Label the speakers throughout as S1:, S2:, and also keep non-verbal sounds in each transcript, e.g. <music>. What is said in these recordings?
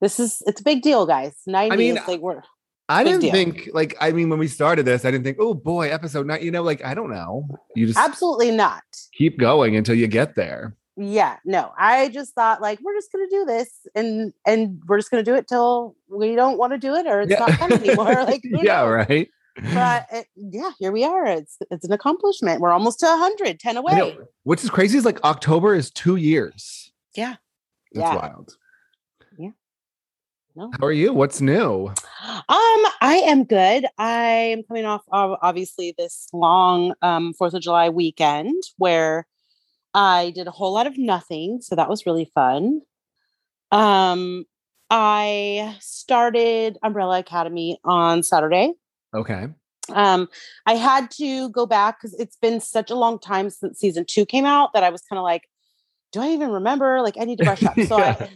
S1: This is it's a big deal, guys. 90
S2: I mean,
S1: is like we're
S2: I
S1: Big
S2: didn't
S1: deal.
S2: think, like, I mean, when we started this, I didn't think, oh boy, episode 90, you know, like, I don't know. You just
S1: absolutely not.
S2: keep going until you get there.
S1: Yeah, no. I just thought like we're just gonna do this and and we're just gonna do it till we don't want to do it or it's not fun anymore.
S2: <laughs>
S1: Like who
S2: yeah,
S1: knows?
S2: right.
S1: But it, yeah, here we are. It's it's an accomplishment. We're almost to 100, 10
S2: I know.
S1: away.
S2: Which is crazy is like October is two years.
S1: Yeah.
S2: That's
S1: Yeah.
S2: wild.
S1: Yeah. No.
S2: How are you? What's new?
S1: Um, I am good. I am coming off of obviously this long um Fourth of July weekend where I did a whole lot of nothing, so that was really fun. Um, I started Umbrella Academy on Saturday.
S2: Okay.
S1: Um, I had to go back because it's been such a long time since season two came out that I was kind of like, do I even remember? Like, I need to brush up. So,
S2: Yeah.
S1: <laughs> I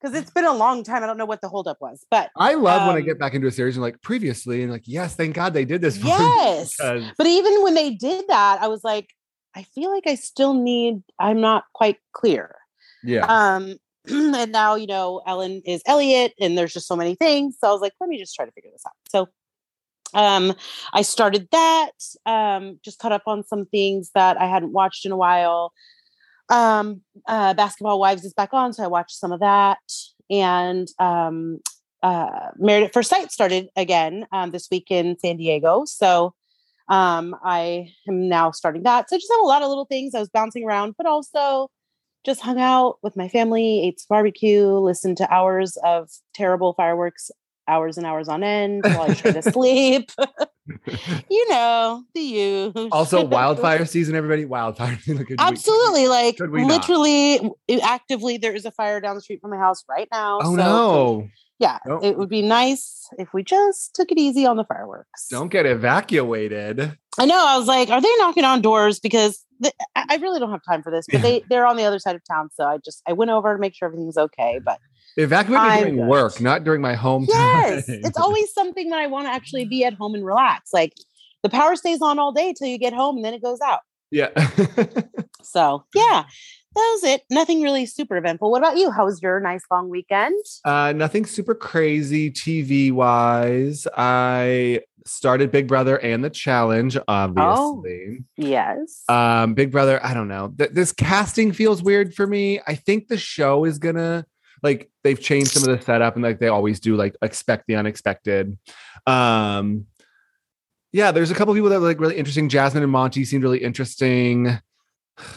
S1: because it's been a long time, I don't know what the holdup was, but
S2: I love when I get
S1: Um,
S2: back into a series and like previously and like, yes, thank God they did this. for me,"
S1: Yes.
S2: because-
S1: But even when they did that, I was like, I feel like I still need, I'm not quite clear.
S2: Yeah.
S1: Um, <clears throat> and now, you know, Ellen is Elliot and there's just so many things. So I was like, let me just try to figure this out. So um I started that, um, just caught up on some things that I hadn't watched in a while. Um, uh Basketball Wives is back on, so I watched some of that. And um uh Married at First Sight started again um this week in San Diego. So um I am now starting that. So I just have a lot of little things. I was bouncing around, but also just hung out with my family, ate some barbecue, listened to hours of terrible fireworks, hours and hours on end while
S2: <laughs>
S1: I tried to sleep. you know, the you.
S2: also,
S1: <laughs>
S2: wildfire season, everybody. Wildfire season. <laughs> Look at you.
S1: Absolutely. Like
S2: Could we not?
S1: literally actively there is a fire down the street from my house right now.
S2: Oh
S1: so
S2: no.
S1: Yeah.
S2: Don't-
S1: It would be nice if we just took it easy on the fireworks.
S2: Don't get evacuated.
S1: I know. I was like, are they knocking on doors? Because th- I I really don't have time for this, but they they're on the other side of town. So I just I went over to make sure everything's okay.
S2: <laughs>
S1: But
S2: Evacuate me
S1: I'm
S2: during
S1: good.
S2: work, not during my home
S1: yes,
S2: time.
S1: it's always something that I want to actually be at home and relax. Like the power stays on all day till you get home, and then it goes out.
S2: <laughs> yeah. <laughs>
S1: So yeah, that was it. Nothing really super eventful. What about you? How was your nice long weekend?
S2: uh, nothing super crazy TV wise. I started Big Brother and the Challenge, obviously.
S1: Yes.
S2: Um, Big Brother, I don't know. Th- this casting feels weird for me. I think the show is gonna like they've changed some of the setup and like they always do, like expect the unexpected. Um, yeah, there's a couple people that were like really interesting. Jasmine and Monty seemed really interesting. <sighs>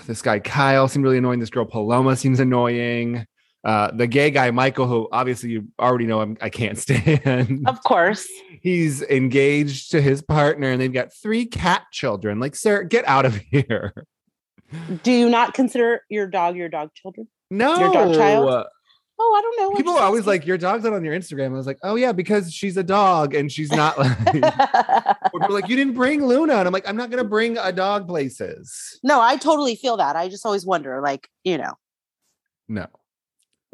S2: This guy Kyle seemed really annoying. This girl Paloma seems annoying. Uh, the gay guy Michael, who obviously you already know, I'm, I can't <laughs> stand.
S1: of course.
S2: He's engaged to his partner, and they've got three cat children. Like, sir, get out of <laughs> here.
S1: Do you not consider your dog your dog children?
S2: No,
S1: dog child? Oh, I don't know. I'm
S2: People
S1: just
S2: are always
S1: asking.
S2: like, "Your dog's not on your Instagram." I was like, "Oh yeah, because she's a dog and she's
S1: <laughs>
S2: not like." Or people are like, "You didn't bring Luna," and I'm like, "I'm not gonna bring a dog places."
S1: <laughs> no, I totally feel that. I just always wonder, like, you know,
S2: No,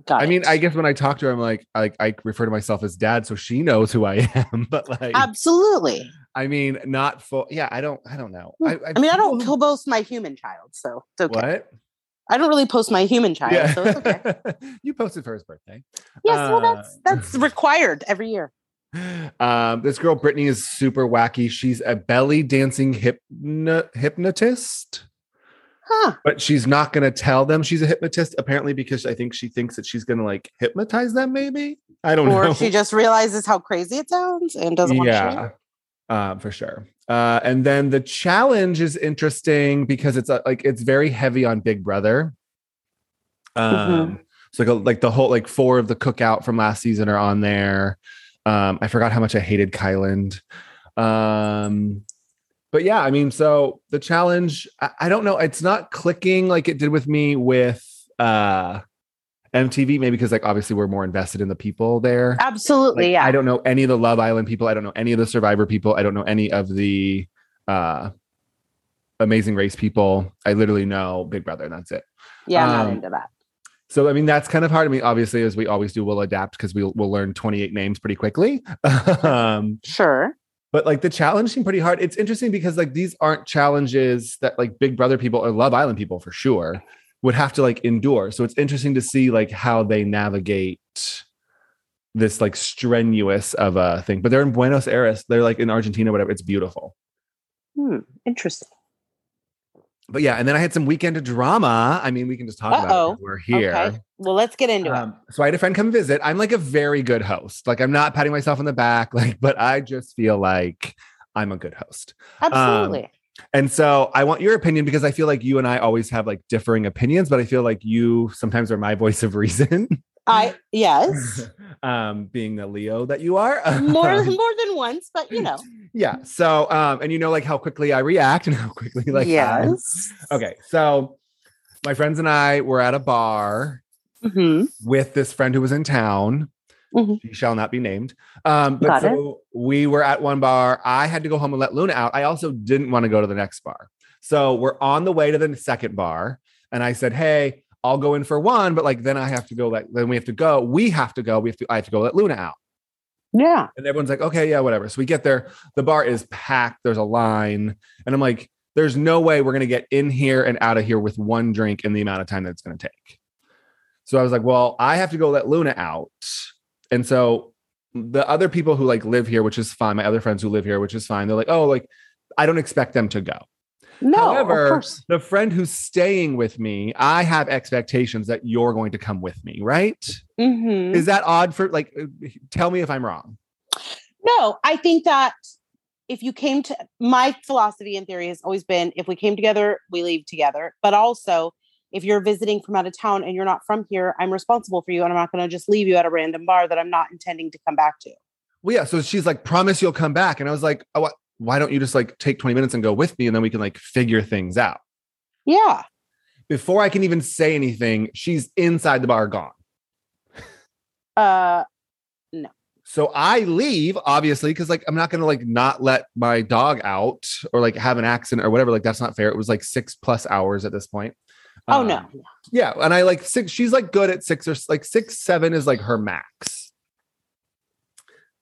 S1: got
S2: I mean,
S1: it.
S2: I guess when I talk to her, I'm like, I, like I refer to myself as dad, so she knows who I am. <laughs> But like,
S1: Um, absolutely.
S2: I mean, not full. Yeah, I don't. I don't know. I,
S1: hmm, I mean, I
S2: <laughs>
S1: don't
S2: people-
S1: post my human child, so it's okay.
S2: What?
S1: I don't really post my human child, so it's
S2: <laughs>
S1: okay.
S2: you posted for his birthday.
S1: Yes, well,
S2: Uh,
S1: that's that's required every year.
S2: Um, this girl Brittany is super wacky. She's a belly dancing hypno- hypnotist,
S1: Huh?
S2: but she's not going to tell them she's a hypnotist. Apparently, because I think she thinks that she's going to like hypnotize them. Maybe I don't
S1: Or
S2: know.
S1: she just realizes how crazy it sounds and doesn't want to share.
S2: yeah, um, for sure. Uh, and then the challenge is interesting because it's uh, like it's very heavy on Big Brother. Um,
S1: Mm-hmm.
S2: so like, a- like the whole like four of the cookout from last season are on there. Um, I forgot how much I hated Kyland. Um, but yeah, I mean, so the challenge, I, I don't know, it's not clicking like it did with me with uh MTV, maybe because like obviously we're more invested in the people there.
S1: Absolutely.
S2: Like,
S1: yeah.
S2: I don't know any of the Love Island people. I don't know any of the Survivor people. I don't know any of the uh, Amazing Race people. I literally know Big Brother, and that's it.
S1: yeah. I'm
S2: um,
S1: not into that.
S2: So I mean, that's kind of hard. I mean, obviously, as we always do, we'll adapt because we'll we'll learn 28 names pretty quickly. <laughs> um,
S1: Sure.
S2: but like the challenge seemed pretty hard. It's interesting because like these aren't challenges that like Big Brother people or Love Island people for sure would have to like endure. So it's interesting to see like how they navigate this like strenuous of a thing. But they're in Buenos Aires. They're like in Argentina, whatever. It's beautiful.
S1: Hmm. Interesting.
S2: But yeah, and then I had some weekend drama. I mean, we can just talk about
S1: Uh-oh.
S2: it. 'cause We're here.
S1: Okay. Well, let's get into it.
S2: Um, so I had a friend come visit. I'm like a very good host. Like I'm not patting myself on the back, <laughs> like, but I just feel like I'm a good host.
S1: Absolutely.
S2: And so I want your opinion because I feel like you and I always have like differing opinions, but I feel like you sometimes are my <laughs> voice of reason,
S1: I
S2: <laughs>
S1: yes.
S2: um, being the Leo that you are. <laughs>
S1: More
S2: Um,
S1: more than once, but you know.
S2: yeah. So, um, and you know, like how quickly I react and how quickly, like, I'm-
S1: yes.
S2: Okay. So my friends and I were at a bar Mm-hmm.
S1: hmm
S2: with this friend who was in town.
S1: Mhm.
S2: She shall not be named. Um, but
S1: Got it.
S2: so we were at one bar. I had to go home and let Luna out. I also didn't want to go to the next bar. So we're on the way to the second bar. And I said, Hey, I'll go in for one, but like then I have to go, like then we have to go. We have to go. We have to, I have to go let Luna out.
S1: Yeah.
S2: And everyone's like, okay, yeah, whatever. So we get there. The bar is packed. There's a line. And I'm like, there's no way we're going to get in here and out of here with one drink in the amount of time that it's going to take. So I was like, well, I have to go let Luna out. And so the other people who like live here, which is fine, my other friends who live here, which is fine, they're like, oh, like, I don't expect them to go.
S1: No.
S2: However,
S1: of course.
S2: the friend who's staying with me, I have expectations that you're going to come with me, right?
S1: Mhm.
S2: Is that odd for like, tell me if I'm wrong?
S1: No, I think that if you came to my philosophy and theory has always been if we came together, we leave together. But also, if you're visiting from out of town and you're not from here, I'm responsible for you and I'm not going to just leave you at a random bar that I'm not intending to come back to.
S2: Well, yeah. So she's like, promise you'll come back. And I was like, oh, wh- why don't you just like take 20 minutes and go with me? And then we can like figure things out.
S1: Yeah.
S2: Before I can even say anything, she's inside the bar gone.
S1: Uh,
S2: So I leave, obviously, because like I'm not going to like not let my dog out or like have an accident or whatever. Like that's not fair. It was like six plus hours at this point.
S1: oh
S2: Um,
S1: no.
S2: Yeah. And I like six, she's like good at six or like six, seven is like her max.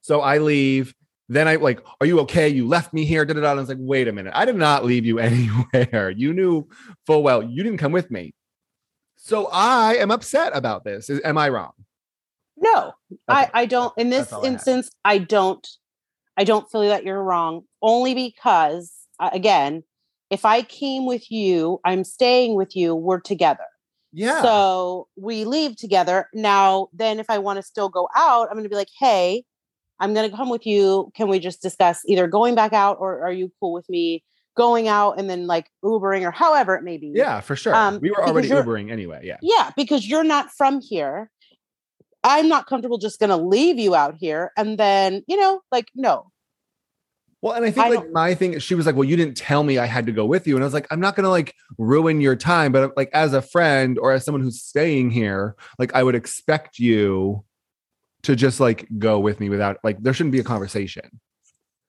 S2: So I leave. Then I like, are you okay? You left me here. Da, da, da. And I was like, wait a minute. I did not leave you <laughs> anywhere. You knew full well you didn't come with me. So I am upset about this. Is, am I wrong?
S1: No. I
S2: Okay.
S1: I don't in
S2: That's
S1: this
S2: all I had.
S1: instance I don't I don't feel that you're wrong only because uh, again, if I came with you, I'm staying with you, we're together.
S2: Yeah.
S1: So we leave together. Now, then if I want to still go out, I'm going to be like, hey, I'm going to come with you. Can we just discuss either going back out or are you cool with me going out and then like Ubering or however it may be?
S2: yeah, for sure.
S1: um,
S2: we were
S1: because
S2: already
S1: you're-
S2: Ubering anyway. Yeah.
S1: Yeah, because you're not from here. I'm not comfortable just going to leave you out here. And then, you know, like, no.
S2: Well, and I think
S1: I
S2: like
S1: don't-
S2: my thing, she was like, "Well, you didn't tell me I had to go with you," and I was like, "I'm not gonna like ruin your time, but like as a friend or as someone who's staying here, like I would expect you to just like go with me without like there shouldn't be a conversation."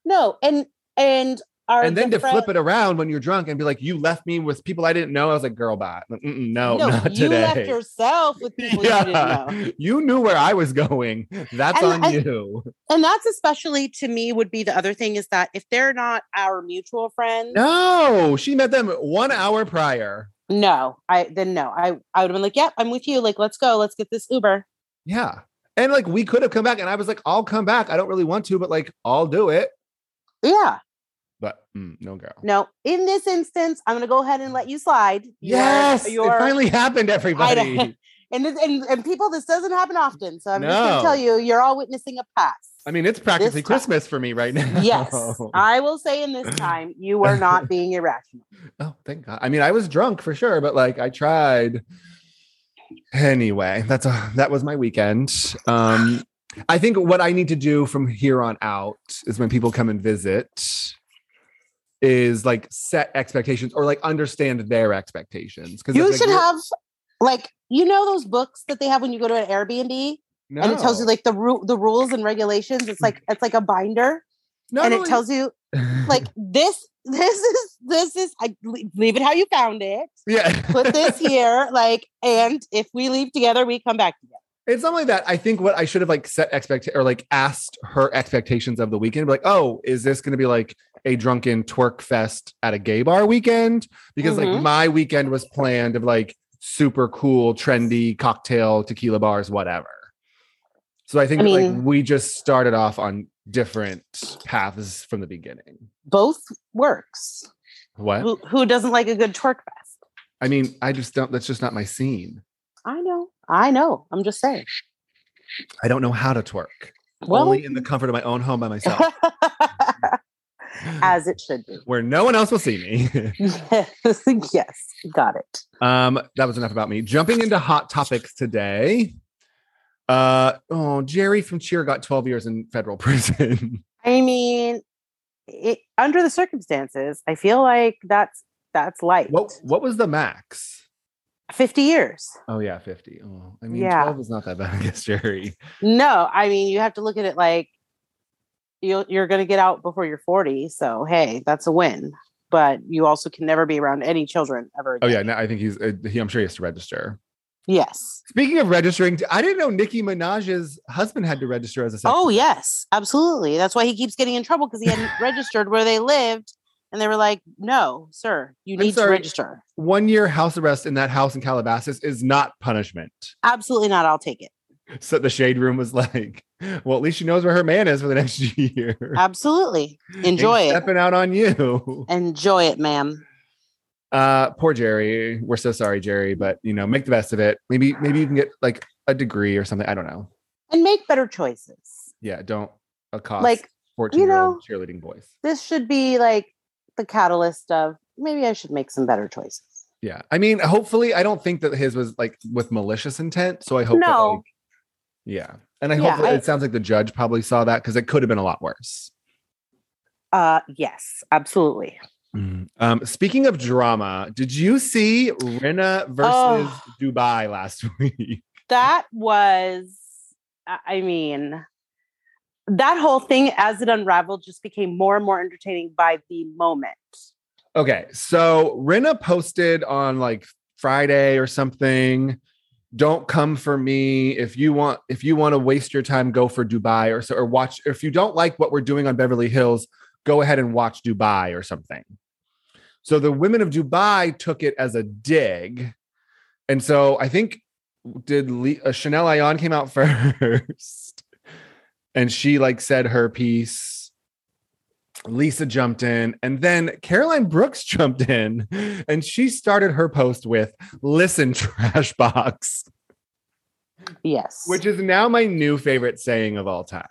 S1: No. And, and, our
S2: and then
S1: good
S2: to
S1: friend-
S2: flip it around when you're drunk and be like, "You left me with people I didn't know," I was like, "Girl, bye." Like, Mm-mm, <laughs> no,
S1: no,
S2: not
S1: you
S2: today. <laughs>
S1: left yourself with people you didn't know.
S2: yeah, you, knew where I was going. That's
S1: And
S2: on
S1: I-
S2: you.
S1: and that's especially to me would be the other thing is that if they're not our mutual friends
S2: No, she met them one hour prior.
S1: no i then no i i would have been like yep i'm with you like let's go let's get this uber
S2: Yeah. And like we could have come back and I was like, I'll come back. I don't really want to, but like I'll do it.
S1: yeah
S2: But mm, no girl.
S1: no in this instance i'm gonna go ahead and let you slide You're-
S2: Yes.
S1: you're-
S2: it finally happened, everybody.
S1: <laughs> don't- and, this, and and people this doesn't happen often so i'm just
S2: No.
S1: gonna tell you you're all witnessing a pass
S2: I mean, it's practically
S1: time.
S2: Christmas for me right now.
S1: <laughs>
S2: <laughs>
S1: yes
S2: oh,
S1: i will say in this time you were
S2: <laughs>
S1: not being irrational
S2: Oh, thank God. I mean, I was drunk for sure, but like I tried. Anyway, that's a, that was my weekend. Um I think what I need to do from here on out is when people come and visit is like set expectations or like understand their expectations. Cause
S1: you
S2: it's, like,
S1: should
S2: you're-
S1: have Like you know those books that they have when you go to an Airbnb
S2: No.
S1: and it tells you like the ru- the rules and regulations. It's like it's like a binder
S2: Not
S1: and it
S2: only-
S1: tells you like this <laughs> this is this is I leave it how you found it.
S2: <laughs> yeah.
S1: <laughs> Put this here like and if we leave together we come back together.
S2: <laughs> It's not like that. I think what I should have like set expect or like asked her expectations of the weekend. Like, oh, is this going to be like a drunken twerk fest at a gay bar weekend? Because like
S1: Mhm.
S2: my weekend was planned of like super cool, trendy cocktail, tequila bars, whatever. So I think
S1: I
S2: that, like
S1: mean-
S2: we just started off on different paths from the beginning.
S1: Both works.
S2: What?
S1: Who, who doesn't like a good twerk fest?
S2: I mean, I just don't. That's just not my scene.
S1: I know. I know. I'm just saying.
S2: I don't know how to twerk.
S1: Well,
S2: Only <laughs> in the comfort of my own home by myself,
S1: <laughs> as it should be.
S2: <laughs>
S1: <laughs>
S2: where no one else will see me. <laughs>
S1: yes, got it.
S2: Um, that was enough about me. Jumping into hot topics today. Uh oh, Jerry from Cheer got 12 years in federal <laughs> prison.
S1: I mean, it, under the circumstances, I feel like that's that's light.
S2: what what was the max?
S1: Fifty years.
S2: Oh yeah, 50. Oh, I mean
S1: Yeah.
S2: 12 is not that bad against Jerry.
S1: No, I mean you have to look at it like you you're going to get out before you're forty. So hey, that's a win. But you also can never be around any children ever.
S2: Oh
S1: again.
S2: yeah, no, I think he's uh, he, I'm sure he has to register.
S1: Yes.
S2: Speaking of registering, I didn't know Nicki Minaj's husband had to register as a sex.
S1: Oh yes, absolutely. That's why he keeps getting in trouble because he hadn't registered where they lived, and they were like, "No, sir, you
S2: I'm
S1: need to
S2: sorry.
S1: register."
S2: One year house arrest in that house in Calabasas is not punishment.
S1: Absolutely not. I'll take
S2: <laughs>
S1: it.
S2: So the shade room was like, well, at least she knows where her man is for the next <laughs> year.
S1: Absolutely. Enjoy
S2: Ain't
S1: it.
S2: Stepping out on you.
S1: Enjoy it, ma'am.
S2: Uh, poor Jerry. We're so sorry, Jerry. But you know, make the best of it. Maybe, maybe you can get like a degree or something. I don't know.
S1: And make better choices.
S2: Yeah, don't accost
S1: Like,
S2: fourteen year old
S1: know-
S2: cheerleading boys.
S1: this should be like the catalyst of maybe I should make some better choices.
S2: Yeah, I mean, hopefully, I don't think that his was like with malicious intent. So I hope. That,
S1: No.
S2: like, yeah, and I
S1: Yeah,
S2: hope
S1: I-
S2: it sounds like the judge probably saw that because it could have been a lot worse.
S1: Uh yes, absolutely.
S2: Um, speaking of drama, did you see Rena versus
S1: Oh.
S2: Dubai last <laughs> week?
S1: That was I I mean that whole thing as it unraveled just became more and more entertaining by the moment.
S2: Okay, so Rena posted on like Friday or something. Don't come for me if you want if you want to waste your time. Go for Dubai or so or watch. If you don't like what we're doing on Beverly Hills, go ahead and watch Dubai or something. So the women of Dubai took it as a dig, and so I think did Le- uh, Chanel Ayan came out <laughs> first, and she like said her piece. Lisa jumped in, and then Caroline Brooks <laughs> jumped in, and she started her post with "Listen, <laughs> trash box,"
S1: Yes.
S2: which is now my new favorite saying of all time.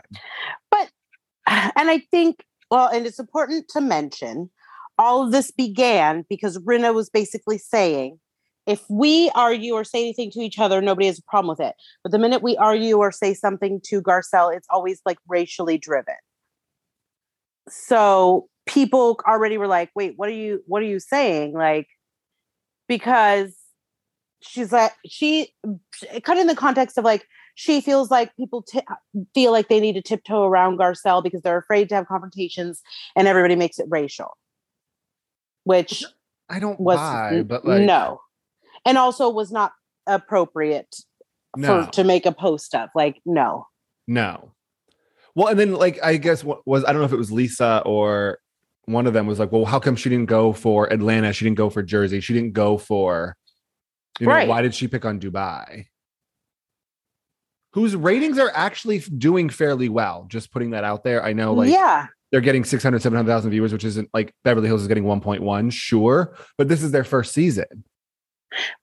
S1: and I think, well, and it's important to mention all of this began because Rena was basically saying, if we argue or say anything to each other, nobody has a problem with it. But the minute we argue or say something to Garcelle, it's always like racially driven. So people already were like, wait, what are you what are you saying? Like, because she's like she kind of in the context of like she feels like people t- feel like they need to tiptoe around Garcelle because they're afraid to have confrontations and everybody makes it racial, which
S2: I don't
S1: was
S2: buy,
S1: n-
S2: but like
S1: no, and also was not appropriate
S2: No.
S1: for, to make a post of. Like, no,
S2: no. Well, and then like I guess what was I don't know if it was Lisa or one of them was like, "Well, how come she didn't go for Atlanta? She didn't go for Jersey? She didn't go for you know
S1: Right.
S2: why did she pick on Dubai?" Whose ratings are actually doing fairly well. Just putting that out there. I know, like,
S1: yeah,
S2: they're getting 600 700,000 viewers which isn't like Beverly Hills is getting 1.1 sure but this is their first season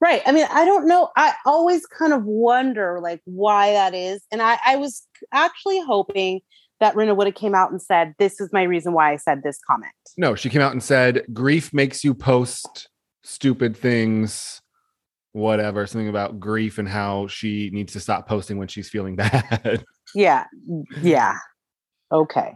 S1: right. I mean, I don't know. I always kind of wonder like why that is, and I, I was actually hoping that Rena would have came out and said, "This is my reason why I said this comment."
S2: no she came out and said grief makes you post stupid things whatever something about grief and how she needs to stop posting when she's feeling <laughs> bad <clears throat>
S1: Yeah, yeah, okay.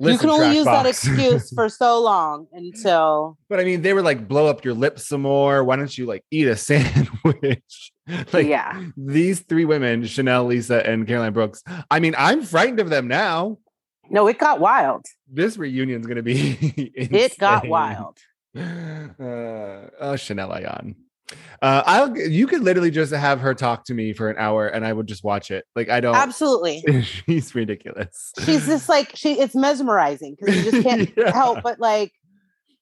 S1: you can only use
S2: <laughs>
S1: that excuse for so long until
S2: but i mean they were like blow up your lips some more why don't you like eat a <laughs> sandwich <laughs> like
S1: yeah.
S2: these three women, Chanel, Lisa, and Caroline Brooks. I mean, I'm frightened of them now.
S1: No, it got wild.
S2: <laughs> This reunion's gonna be <laughs>
S1: It got
S2: insane.
S1: wild.
S2: Uh, oh, Chanel Ayan. Uh, I'll you could literally just have her talk to me for an hour and I would just watch it. Like I don't
S1: Absolutely.
S2: <laughs> she's ridiculous.
S1: She's just like she it's mesmerizing because you just can't
S2: <laughs> Yeah.
S1: help but like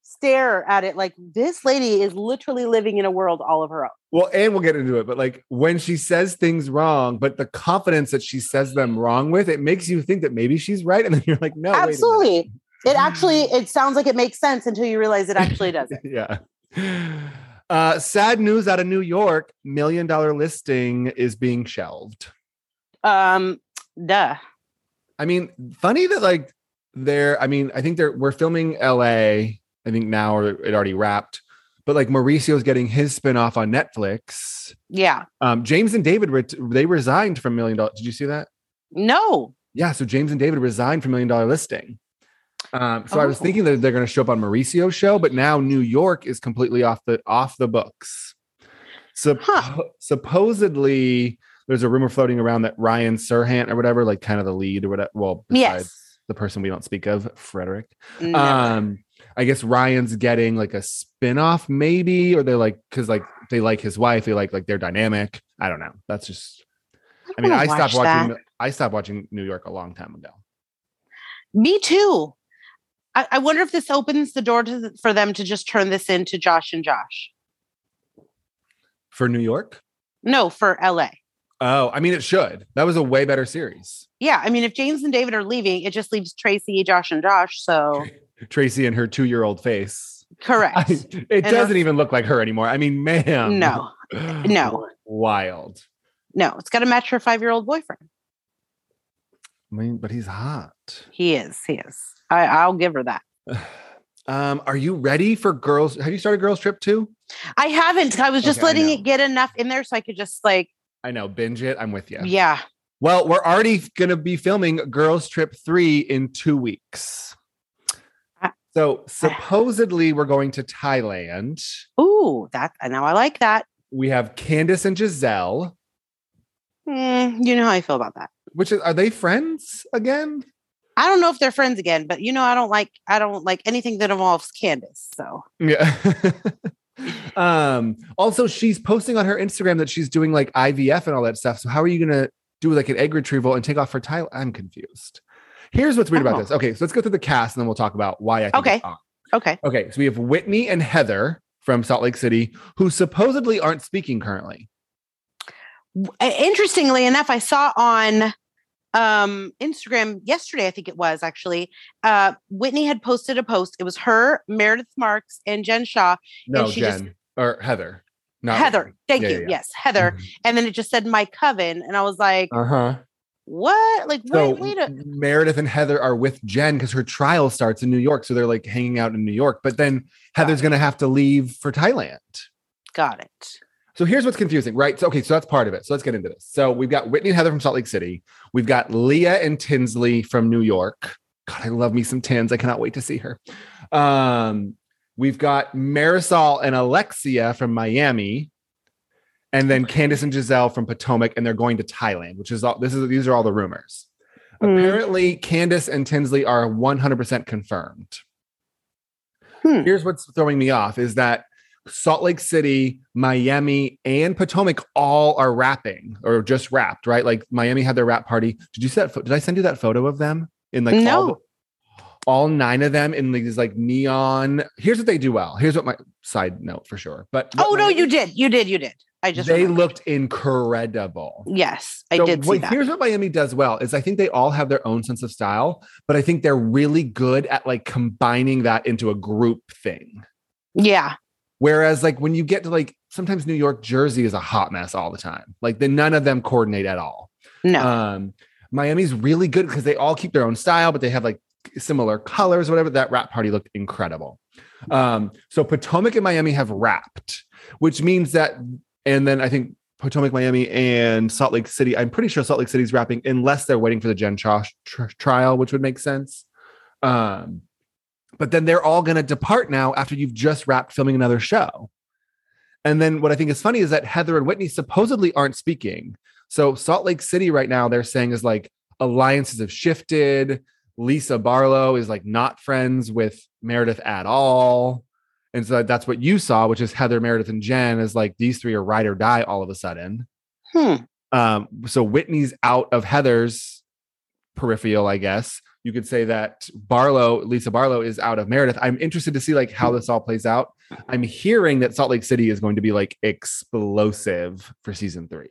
S1: stare at it like this lady is literally living in a world all of her own.
S2: Well, and we'll get into it, but like when she says things wrong, but the confidence that she says
S1: Mm.
S2: them wrong with, it makes you think that maybe she's right, and then you're like, no, wait a minute. Mm.
S1: Absolutely. It actually it sounds like it makes sense until you realize it
S2: <laughs>
S1: actually doesn't.
S2: <laughs> yeah. Uh, sad news out of New York: million dollar listing is being shelved.
S1: Um duh.
S2: I mean, funny that like they're. I mean, I think they're we're filming L.A. I think now or it already wrapped, but like Mauricio's getting his spinoff on Netflix.
S1: Yeah.
S2: Um, James and David ret- they resigned from Million Dollar. Did you see that?
S1: No.
S2: Yeah, so James and David resigned from Million Dollar Listing. Um, so I was
S1: Oh.
S2: thinking that they're going to show up on Mauricio's show, but now New York is completely off the off the books. So
S1: Huh.
S2: supposedly, there's a rumor floating around that Ryan Serhant or whatever, like kind of the lead or whatever. Well, besides
S1: Yes.
S2: the person we don't speak of, Frederick.
S1: Never.
S2: Um, I guess Ryan's getting like a spin-off, maybe, or they're like because like they like his wife, they like like their dynamic. I don't know. That's just. I, mean,
S1: wanna
S2: I stopped
S1: watch that.
S2: watching. I stopped watching New York a long time ago.
S1: Me too. I, I wonder if this opens the door to th- for them to just turn this into Josh and Josh.
S2: For New York?
S1: No, for LA.
S2: Oh, I mean, it should. That was a way better series.
S1: Yeah, I mean, if James and David are leaving, it just leaves Tracy, Josh, and Josh.
S2: <laughs>
S1: So
S2: Tracy and her two-year-old face. I- um, <laughs>
S1: correct.
S2: it
S1: her-
S2: doesn't even look like her anymore. I mean, ma'am. <laughs>
S1: no, no.
S2: Wild.
S1: no, it's got to match her five-year-old boyfriend.
S2: I mean, but he's hot.
S1: He is. He is. I, I'll give her that.
S2: Um, are you ready for girls? Have you started girls trip too?
S1: I haven't. I was just
S2: Okay, I
S1: letting
S2: know.
S1: it get enough in there so I could just like,
S2: I know, binge it. I'm with you.
S1: yeah.
S2: Well, we're already going to be filming Girls Trip 3 in two weeks.
S1: Ah.
S2: So, supposedly, we're going to Thailand.
S1: Ooh, that now I like that.
S2: We have Candace and Giselle,
S1: Mm, you know how I feel about that.
S2: which is, are they friends again?
S1: I don't know if they're friends again, but you know, I don't like I don't like anything that involves Candace. So
S2: Yeah. <laughs> um, also, she's posting on her Instagram that she's doing like IVF and all that stuff. So, how are you going to do like an egg retrieval and take off for Thailand? I'm confused. Here's what's weird
S1: Oh.
S2: about this. Okay, so let's go through the cast and then we'll talk about why I think
S1: Okay.
S2: it's on.
S1: okay,
S2: Okay, so we have Whitney and Heather from Salt Lake City, who supposedly aren't speaking currently.
S1: Uh, interestingly enough, I saw on um Instagram yesterday, I think it was actually, uh Whitney had posted a post. It was her, Meredith Marks, and Jen Shaw,
S2: No,
S1: And she
S2: Jen
S1: just-
S2: or Heather. Not Mm-hmm.
S1: Heather. Thank
S2: Yeah,
S1: you.
S2: yeah, yeah.
S1: Yes, Heather. And then it just said my coven. And I was like,
S2: Uh huh.
S1: what? Like,
S2: So
S1: wait, wait a
S2: Meredith and Heather are with Jen because her trial starts in New York, so they're like hanging out in New York. But then Heather's going to have to leave for Thailand.
S1: got it.
S2: So here's what's confusing, right? So okay, so that's part of it. So let's get into this. So we've got Whitney and Heather from Salt Lake City. We've got Leah and Tinsley from New York. God, I love me some Tins. I cannot wait to see her. Um, we've got Marisol and Alexia from Miami, and then Candace and Giselle from Potomac, and they're going to Thailand, which is all. This is these are all the rumors.
S1: Hmm.
S2: Apparently, Candace and Tinsley are 100% confirmed.
S1: Hmm.
S2: Here's what's throwing me off is that Salt Lake City, Miami, and Potomac all are rapping or just rapped, right? Like Miami had their rap party. Did you see that? pho- Did I send you that photo of them in like all,
S1: No.
S2: the- all nine of them in these like neon? Here's what they do well. Here's what my side note for sure. But what
S1: Oh no,
S2: Miami-
S1: you did. You did, you did. I just
S2: they
S1: remembered.
S2: looked incredible.
S1: Yes, I
S2: So
S1: did see
S2: what-
S1: that.
S2: Here's what Miami does well is I think they all have their own sense of style, but I think they're really good at like combining that into a group thing.
S1: Yeah.
S2: Whereas like when you get to like sometimes New York, Jersey is a hot mess all the time. Like the none of them coordinate at all.
S1: No.
S2: Um, Miami's really good because they all keep their own style, but they have like similar colors, whatever. That rap party looked incredible. Um, so Potomac and Miami have rapped, which means that, and then I think Potomac, Miami, and Salt Lake City. I'm pretty sure Salt Lake City's rapping, unless they're waiting for the Jen Chosh tr- trial, which would make sense. Um, but then they're all going to depart now after you've just wrapped filming another show. And then what I think is funny is that Heather and Whitney supposedly aren't speaking. So Salt Lake City right now, they're saying is like alliances have shifted. Lisa Barlow is like not friends with Meredith at all. And so that's what you saw, which is Heather, Meredith, and Jen is like these three are ride or die all of a sudden.
S1: Hmm.
S2: Um, so Whitney's out of Heather's peripheral, I guess. You could say that Barlow, Lisa Barlow, is out of Meredith. I'm interested to see like how this all plays out. I'm hearing that Salt Lake City is going to be like explosive for season three.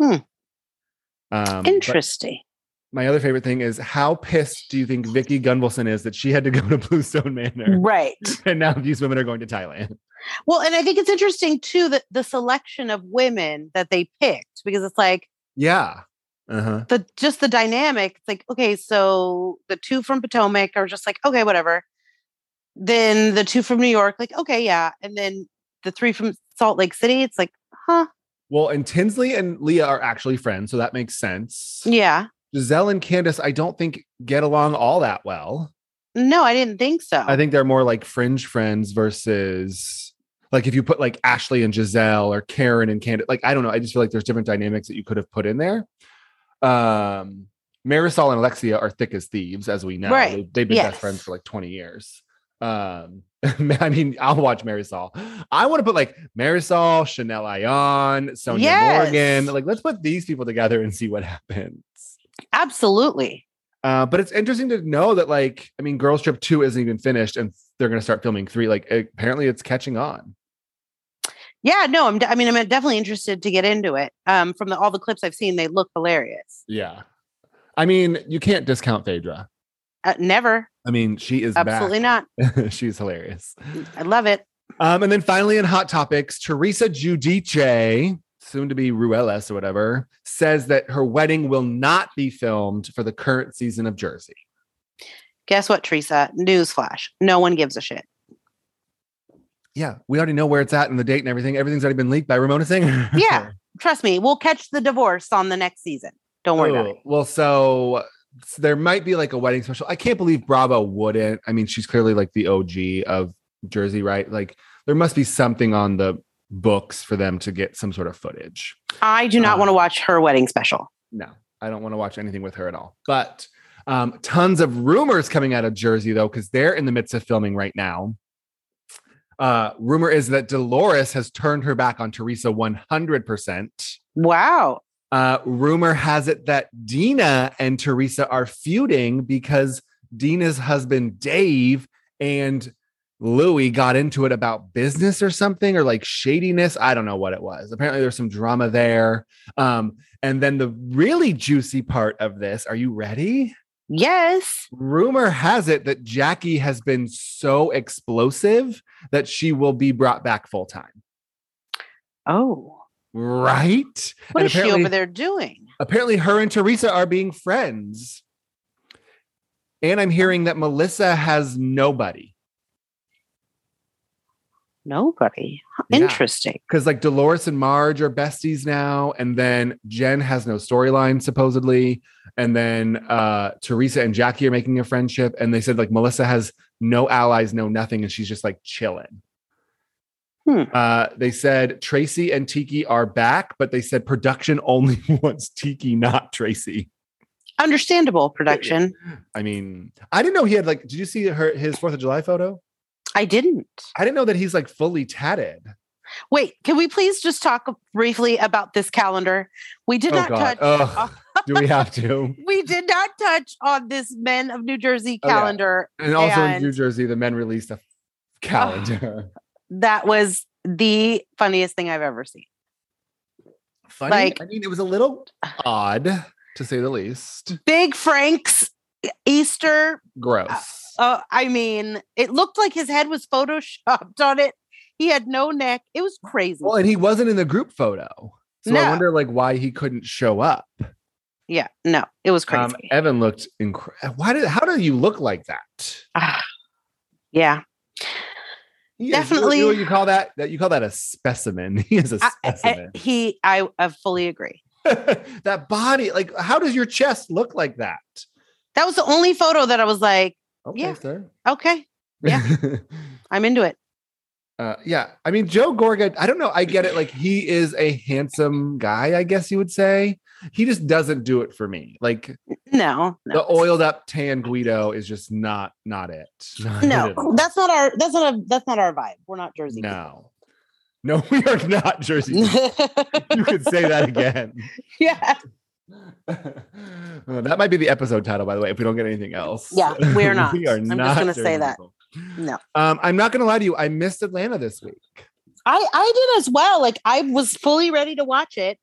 S1: Hmm.
S2: Um, but
S1: Interesting.
S2: my other favorite thing is how pissed do you think Vicky Gunvalson is that she had to go to <laughs> Bluestone Manor
S1: Right.
S2: and now these women are going to Thailand?
S1: Well, and I think it's interesting too that the selection of women that they picked because it's like
S2: Yeah. Uh huh.
S1: the just the dynamic. It's like okay, so the two from Potomac are just like okay, whatever. Then the two from New York, like okay, yeah, and then the three from Salt Lake City, it's like huh,
S2: Well, and Tinsley and Leah are actually friends, so that makes sense.
S1: yeah,
S2: Giselle and Candace, I don't think get along all that well.
S1: no, I didn't think so.
S2: I think they're more like fringe friends versus like if you put like Ashley and Giselle or Karen and Candace, like I don't know. I just feel like there's different dynamics that you could have put in there. Um Marisol and Alexia are thick as thieves, as we know.
S1: Right.
S2: They, they've been best
S1: Yes.
S2: friends for like 20 years. Um, <laughs> I mean, I'll watch Marisol. I want to put like Marisol, Chanel Ion, Sonia
S1: Yes.
S2: Morgan. Like, let's put these people together and see what happens.
S1: Absolutely,
S2: Uh, but it's interesting to know that, like, I mean, Girls Trip 2 isn't even finished and they're going to start filming three. Like, apparently it's catching on.
S1: yeah, no, I'm. De- I mean, I'm definitely interested to get into it. Um, from the, all the clips I've seen, they look hilarious.
S2: Yeah. I mean, you can't discount Phaedra.
S1: Uh, never,
S2: I mean, she is
S1: absolutely
S2: not. <laughs> She's hilarious.
S1: not. I love it.
S2: Um, and then finally, in Hot Topics, Teresa Giudice, soon to be Ruelas or whatever, says that her wedding will not be filmed for the current season of Jersey.
S1: Guess what, Teresa? Newsflash. No one gives a shit.
S2: Yeah, we already know where it's at and the date and everything. Everything's already been leaked by Ramona Singer. <laughs>
S1: Yeah. Trust me, we'll catch the divorce on the next season. Don't worry about
S2: Oh,
S1: it.
S2: Well, so, so there might be like a wedding special. I can't believe Bravo wouldn't. I mean, she's clearly like the OG of Jersey, right? Like there must be something on the books for them to get some sort of footage.
S1: I do not
S2: Um,
S1: want to watch her wedding special.
S2: No, I don't want to watch anything with her at all. But um, tons of rumors coming out of Jersey though, because they're in the midst of filming right now. Uh, rumor is that Dolores has turned her back on Teresa 100%.
S1: Wow.
S2: Uh, rumor has it that Dina and Teresa are feuding because Dina's husband Dave and Louie got into it about business or something or like shadiness. I don't know what it was. Apparently, there's some drama there. Um, and then the really juicy part of this are you ready?
S1: Yes.
S2: Rumor has it that Jackie has been so explosive that she will be brought back full time,
S1: Oh.
S2: right?
S1: what
S2: And
S1: is she
S2: apparently-
S1: over there doing?
S2: apparently her and Teresa are being friends. And I'm hearing that Melissa has nobody.
S1: Nobody. Interesting.
S2: Because like Dolores and Marge are besties now. And then Jen has no storyline, supposedly. And then uh Teresa and Jackie are making a friendship. And they said like Melissa has no allies, no nothing, and she's just like chilling.
S1: Hmm.
S2: Uh, they said Tracy and Tiki are back, but they said production only <laughs> wants Tiki, not Tracy.
S1: Understandable production.
S2: I mean, I didn't know he had like. Did you see her his Fourth of July photo?
S1: I didn't.
S2: I didn't know that he's like fully tatted.
S1: Wait, can we please just talk briefly about this calendar? We
S2: Oh,
S1: did not touch <laughs>
S2: Ugh. do we have to?
S1: we did not touch on this Men of New Jersey
S2: Oh, yeah.
S1: calendar
S2: And also in
S1: And-
S2: New Jersey, the men released a calendar.
S1: that was the funniest thing I've ever seen.
S2: <laughs> Funny.
S1: like-
S2: I mean, it was a little odd to say the least.
S1: Big Frank's Easter.
S2: Gross.
S1: Uh, I mean, it looked like his head was <laughs> photoshopped on it. He had no neck. It was crazy.
S2: well, and he wasn't in the group photo, so I
S1: No.
S2: wonder like why he couldn't show up.
S1: yeah, no, it was
S2: Um,
S1: crazy.
S2: Evan looked incredible. Why did? How do you look like that?
S1: Ah, yeah,
S2: He is- you-
S1: Definitely-
S2: You, you call that that you call that a specimen. <laughs> He is a
S1: I- I-
S2: specimen.
S1: he. I, I fully agree.
S2: <laughs> that body like how does your chest look like that
S1: That was the only photo that I was like,
S2: okay
S1: Yeah.
S2: sir
S1: okay, Yeah. I'm into it.
S2: <laughs> Uh, yeah, I mean Joe Gorga. I don't know. I get it. Like he is a handsome guy. I guess you would say he just doesn't do it for me. Like
S1: No, no.
S2: the oiled up tan Guido is just not not it. Not it at all.
S1: no, <laughs> that's not our. That's not a. That's not our vibe. We're not Jersey.
S2: no, no, <laughs> we are not Jersey.
S1: people. <laughs>
S2: people. you could say that again. <laughs>
S1: yeah,
S2: Oh, that might be the episode title, by the way. If we don't get anything else,
S1: Yeah, we are
S2: <laughs>
S1: not.
S2: we are
S1: I'm just
S2: not
S1: gonna
S2: Jersey
S1: say that.
S2: people.
S1: no.
S2: Um, I'm not going to lie to you. I missed Atlanta this week.
S1: I I did as well. Like I was fully ready to watch it.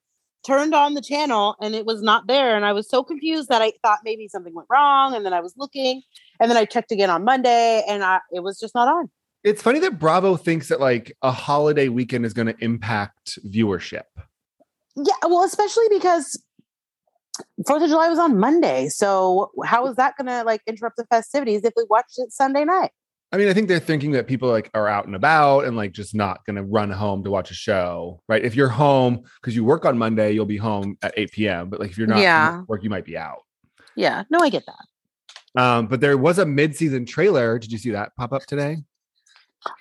S1: Turned on the channel and it was not there, and I was so confused that I thought maybe something went wrong. And then I was looking, and then I checked again on Monday, and I, it was just not on.
S2: It's funny that Bravo thinks that like a holiday weekend is going to impact viewership.
S1: Yeah, well, especially because Fourth of July was on Monday, so how is that going to like interrupt the festivities if we watched it Sunday night?
S2: I mean, I think they're thinking that people like are out and about and like just not going to run home to watch a show, right? If you're home because you work on Monday, you'll be home at 8 p.m. But like if you're not
S1: Yeah.
S2: at work, you might be out.
S1: Yeah, no, I get that.
S2: Um, but there was a mid-season trailer. Did you see that pop up today?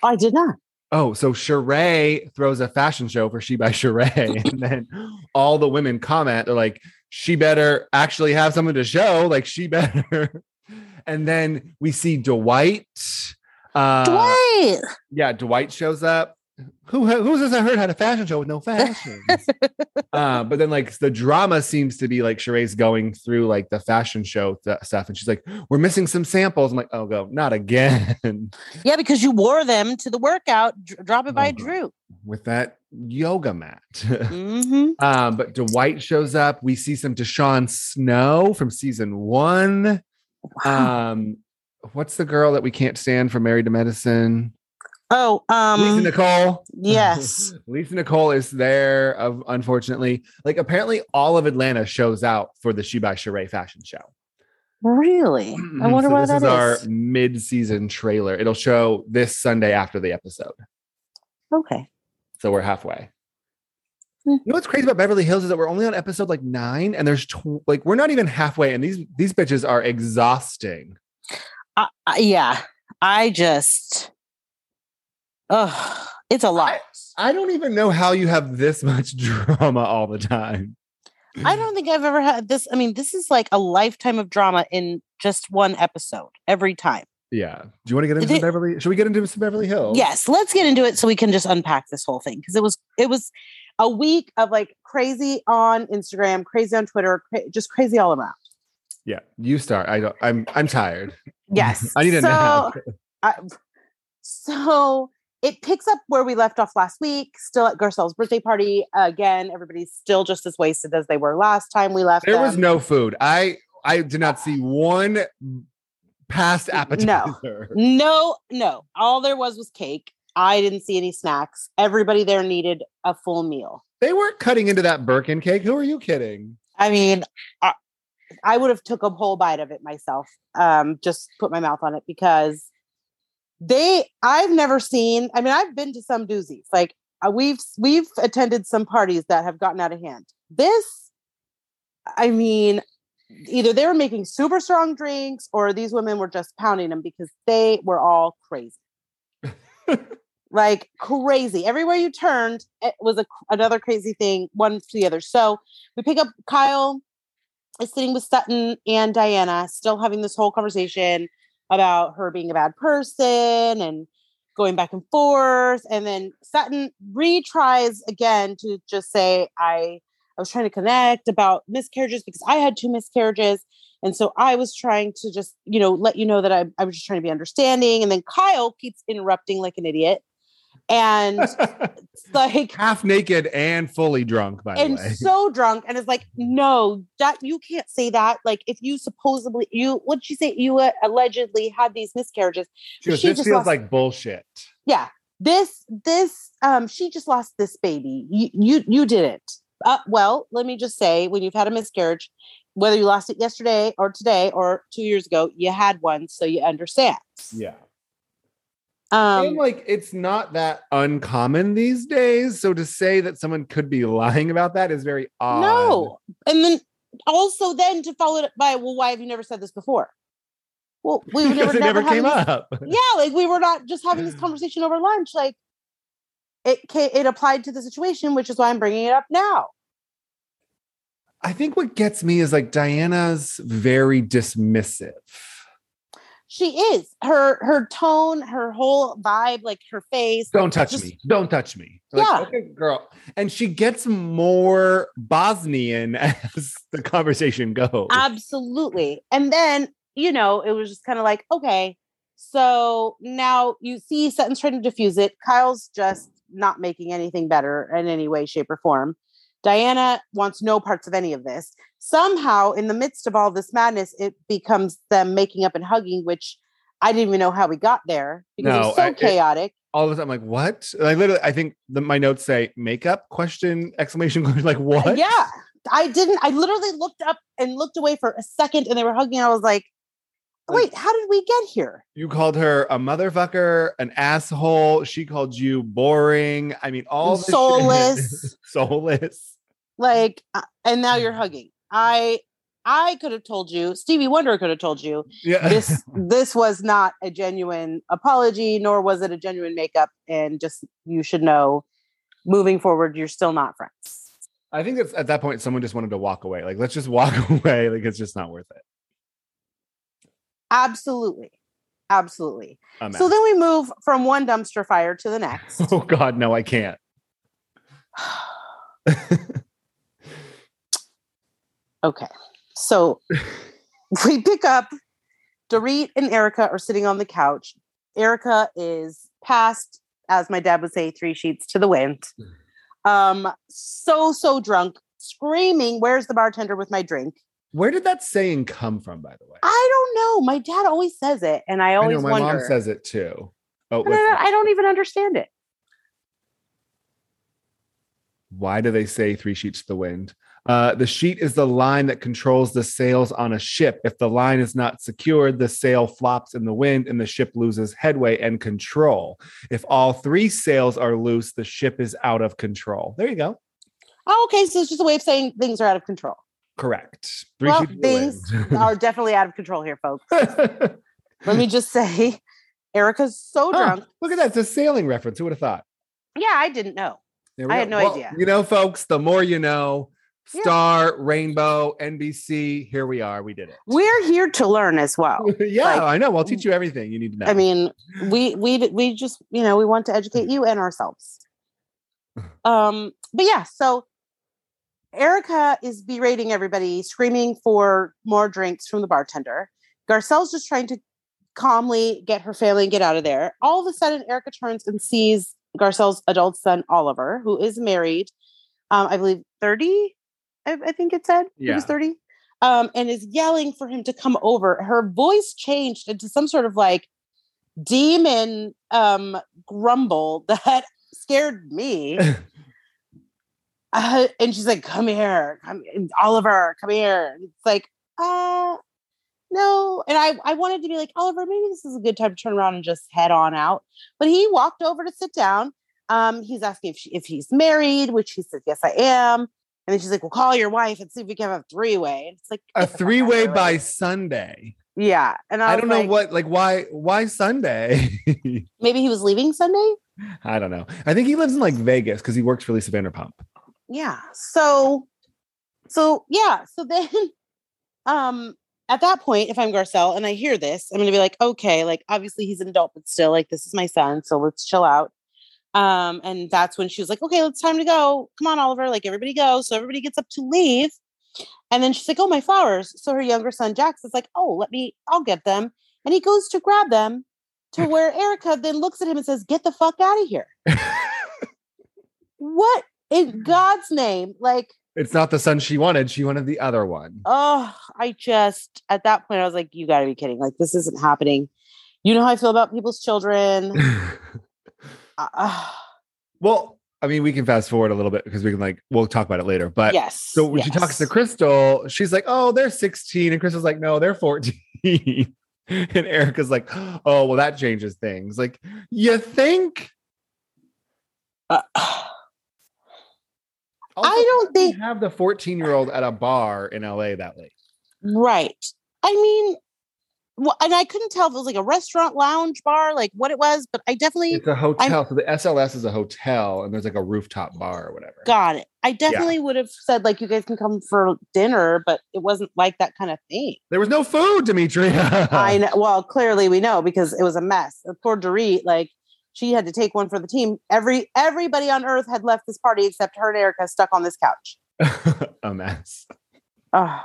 S1: I did not.
S2: Oh, so Sheree throws a fashion show for She by Sheree, <laughs> and then all the women comment. They're like, "She better actually have something to show. Like, she better." <laughs> And then we see Dwight. Uh,
S1: Dwight.
S2: Yeah, Dwight shows up. Who who's this? I heard had a fashion show with no fashion. uh, but then, like, the drama seems to be like Sheree's going through like the fashion show th- stuff, and she's like, "We're missing some samples." I'm like, "Oh, go not again." <laughs>
S1: Yeah, because you wore them to the workout. Dr- drop it by
S2: Mhm.
S1: Drew.
S2: with that yoga mat. <laughs>
S1: hmm
S2: um, but Dwight shows up. We see some Deshaun Snow from season one.
S1: Wow.
S2: Um, what's the girl that we can't stand from Married to Medicine?
S1: oh,
S2: Lisa
S1: um,
S2: Nicole.
S1: yes.
S2: <laughs> Lisa Nicole is there. Of unfortunately, like apparently all of Atlanta shows out for the She by Sheree fashion show.
S1: Really? I
S2: Mm-hmm,
S1: wonder
S2: so
S1: why
S2: this
S1: that
S2: is our
S1: is.
S2: mid-season trailer. It'll show this Sunday after the episode.
S1: okay.
S2: So we're halfway.
S1: Hmm.
S2: You know what's crazy about Beverly Hills is that we're only on episode like nine, and there's tw- like we're not even halfway, and these these bitches are exhausting.
S1: I, I, yeah, I just. Oh, it's a lot.
S2: I don't even know how you have this <laughs> much drama all the time.
S1: I don't think I've ever had this. I mean, this is like a lifetime of drama in just one episode every time.
S2: Yeah. Do you want to get into
S1: Did-
S2: some Beverly? Should we get into some Beverly Hills?
S1: Yes, let's get into it so we can just unpack this whole thing because it was it was a week of like crazy on Instagram, crazy on Twitter, cra- just crazy all around.
S2: Yeah. You start. I don't. I'm I'm tired.
S1: Yes.
S2: Mm-hmm. I need a
S1: so,
S2: nap.
S1: I, so it picks up where we left off last week, still at Garcelle's birthday party. Again, everybody's still just as wasted as they were last time we left.
S2: There was
S1: them.
S2: no food. I I did not see one past appetizer.
S1: No, no. All there was was cake. I didn't see any snacks. Everybody there needed a full meal.
S2: They weren't cutting into that Birkin cake. Who are you kidding?
S1: I mean, I, I would have took a whole bite of it myself. Um, just put my mouth on it because they. I've never seen. I mean, I've been to some doozies. Like uh, we've we've attended some parties that have gotten out of hand. This, I mean, either they were making super strong drinks or these women were just pounding them because they were all crazy. like crazy. Everywhere you turned, it was a, another crazy thing, one to the other. So we pick up Kyle is sitting with Sutton and Diana, still having this whole conversation about her being a bad person and going back and forth. And then Sutton retries again to just say, I I was trying to connect about miscarriages because I had two miscarriages. And so I was trying to just, you know, let you know that I, I was just trying to be understanding. And then Kyle keeps interrupting like an idiot.
S2: <laughs>
S1: And it's like,
S2: half naked and fully drunk by
S1: and
S2: the way
S1: so drunk and is like no that you can't say that like if you supposedly you what'd she say you uh, allegedly had these miscarriages
S2: she goes,
S1: she
S2: this
S1: just
S2: feels
S1: lost-
S2: like bullshit
S1: yeah this this um she just lost this baby you you, you didn't uh, well let me just say when you've had a miscarriage whether you lost it yesterday or today or two years ago you had one so you understand
S2: yeah and
S1: um
S2: like it's not that uncommon these days so to say that someone could be lying about that is very odd
S1: <laughs> no and then also then to follow it up by well why have you never said this before well we would
S2: because
S1: never,
S2: it <laughs> never
S1: never had
S2: came
S1: this-
S2: up
S1: yeah, like we were not just having this conversation over lunch. Like it ca- it applied to the situation, which is why I'm bringing it up now.
S2: I think what gets me is like Diana's very dismissive.
S1: She is her her tone, her whole vibe, like her face.
S2: Don't touch
S1: Just-
S2: me. Don't touch me. Like,
S1: Yeah.
S2: okay, girl. And she gets more Bosnian <laughs> as the conversation goes.
S1: Absolutely. And then, you know, it was just kind of like, okay, so now you see Sutton's trying to diffuse it. Kyle's just not making anything better in any way, shape, or form. Diana wants no parts of any of this. Somehow, in the midst of all this madness, it becomes them making up and hugging, which I didn't even know how we got there because
S2: No,
S1: it's so
S2: I- it-
S1: chaotic.
S2: All of a sudden, I'm like, what? I literally, I think the, my notes say makeup question exclamation question. <laughs> Like <laughs> what?
S1: Yeah. I didn't, I literally looked up and looked away for a second and they were hugging. And I was like,
S2: Like-
S1: wait, how did we get here?
S2: You called her a motherfucker, an asshole. She called you boring. I mean, all this shit. <laughs>
S1: soulless
S2: soulless.
S1: like uh, and now
S2: Mm.
S1: you're hugging i i could have told you stevie wonder could have told you
S2: Yeah.
S1: this this was not a genuine apology nor was it a genuine makeup and just you should know moving forward you're still not friends
S2: <laughs> I think that's at that point someone just wanted to walk away. Like, let's just walk <laughs> away. Like, it's just not worth it.
S1: absolutely absolutely
S2: I'm
S1: so
S2: out.
S1: then we move from one dumpster fire to the next
S2: <laughs> oh God, no, I can't.
S1: <sighs> okay. So <laughs> we pick up Dorit and Erica are sitting on the couch. Erica is past, as my dad would say, three sheets to
S2: <sighs>
S1: the wind. Um, so so drunk, screaming, Where's the bartender with my drink?
S2: Where did that saying come from, by the way?
S1: I don't know. My dad always says it, and I
S2: I
S1: always
S2: know my
S1: wonder.
S2: mom says it too. Oh,
S1: and I,
S2: what's-
S1: don't- I don't even understand it.
S2: why do they say three sheets to the wind? Uh, the sheet is the line that controls the sails on a ship. If the line is not secured, the sail flops in the wind and the ship loses headway and control. If all three sails are loose, the ship is out of control. There you go.
S1: Oh, okay. So it's just a way of saying things are out of control.
S2: Correct.
S1: well,
S2: sheets to the
S1: things
S2: wind. <laughs>
S1: are definitely out of control here, folks. Let <laughs> me just say, Erica's so
S2: Huh,
S1: drunk.
S2: <laughs> Look at that. It's a sailing reference. Who would have thought?
S1: Yeah, I didn't know.
S2: There we
S1: I
S2: go.
S1: had no idea.
S2: You know, folks, the more you know,
S1: Yeah.
S2: star, rainbow, NBC, here we are. We did it.
S1: We're here to learn as well.
S2: <laughs> yeah,
S1: Like-
S2: I know. I'll teach you everything you need to know.
S1: I mean, we we d- we just you know we want to educate you and <laughs> ourselves. Um, but yeah, so Erica is berating everybody, screaming for more drinks from the bartender. Garcelle's just trying to calmly get her family and get out of there. All of a sudden, Erica turns and sees Garcelle's adult son Oliver, who is married. Um, I believe thirty. I, I think it said he was
S2: Yeah.
S1: thirty. Um, and is yelling for him to come over. Her voice changed into some sort of like demon um grumble <laughs> that scared me uh, and she's like come here come, oliver come here And it's like uh no and i i wanted to be like oliver maybe this is a good time to turn around and just head on out but he walked over to sit down um he's asking if, she, if he's married which he says yes i am and then she's like well call your wife and see if we can have a three-way and it's like
S2: a
S1: "Get the fuck out of
S2: three way
S1: here
S2: by
S1: already."
S2: Sunday.
S1: yeah and i,
S2: I
S1: was
S2: don't know
S1: like,
S2: what, like, why, why Sunday? <laughs>
S1: maybe he was leaving sunday
S2: I don't know. I think he lives in like Vegas because he works for Lisa Vanderpump.
S1: yeah so so yeah so then <laughs> um at that point if i'm garcelle and i hear this i'm gonna be like okay like obviously he's an adult but still like this is my son so let's chill out um and that's when she was like okay it's time to go come on oliver like everybody go so everybody gets up to leave and then she's like oh my flowers so her younger son jax is like oh let me i'll get them and he goes to grab them to where erica then looks at him and says get the fuck out of here what
S2: Mm-hmm.
S1: in god's name like
S2: It's not the son she wanted. She wanted the other one.
S1: oh, I just at that point I was like, you got to be kidding! Like this isn't happening. You know how I feel about people's
S2: <laughs>
S1: children. Uh, uh,
S2: well, I mean, we can fast forward a little bit because we can like, we'll talk about it later. But
S1: yes.
S2: So when she
S1: yes.
S2: talks to Crystal, she's like, "Oh, they're 16," and Crystal's like, "No, they're 14." <laughs> and Erica's like, "Oh, well, that changes things." Like, you think? <laughs>
S1: Uh, I
S2: why
S1: don't
S2: do you <laughs>
S1: think-
S2: have the 14 year old at a bar in LA that late.
S1: right. I mean, well, and I couldn't tell if it was like a restaurant lounge bar, like what it was, but I
S2: <laughs>
S1: definitely
S2: It's a hotel. so the SLS is a hotel, and there's like a rooftop bar or whatever.
S1: got it. I definitely would have said like you guys can come for dinner, but it wasn't like that kind of thing.
S2: There was no food, Demetria.
S1: I know. Well, clearly we know because it was a mess. And Poor Dorit, like she had to take one for the team. Every everybody on Earth had left this party except her and Erica stuck on this couch.
S2: <laughs> a mess.
S1: Oh,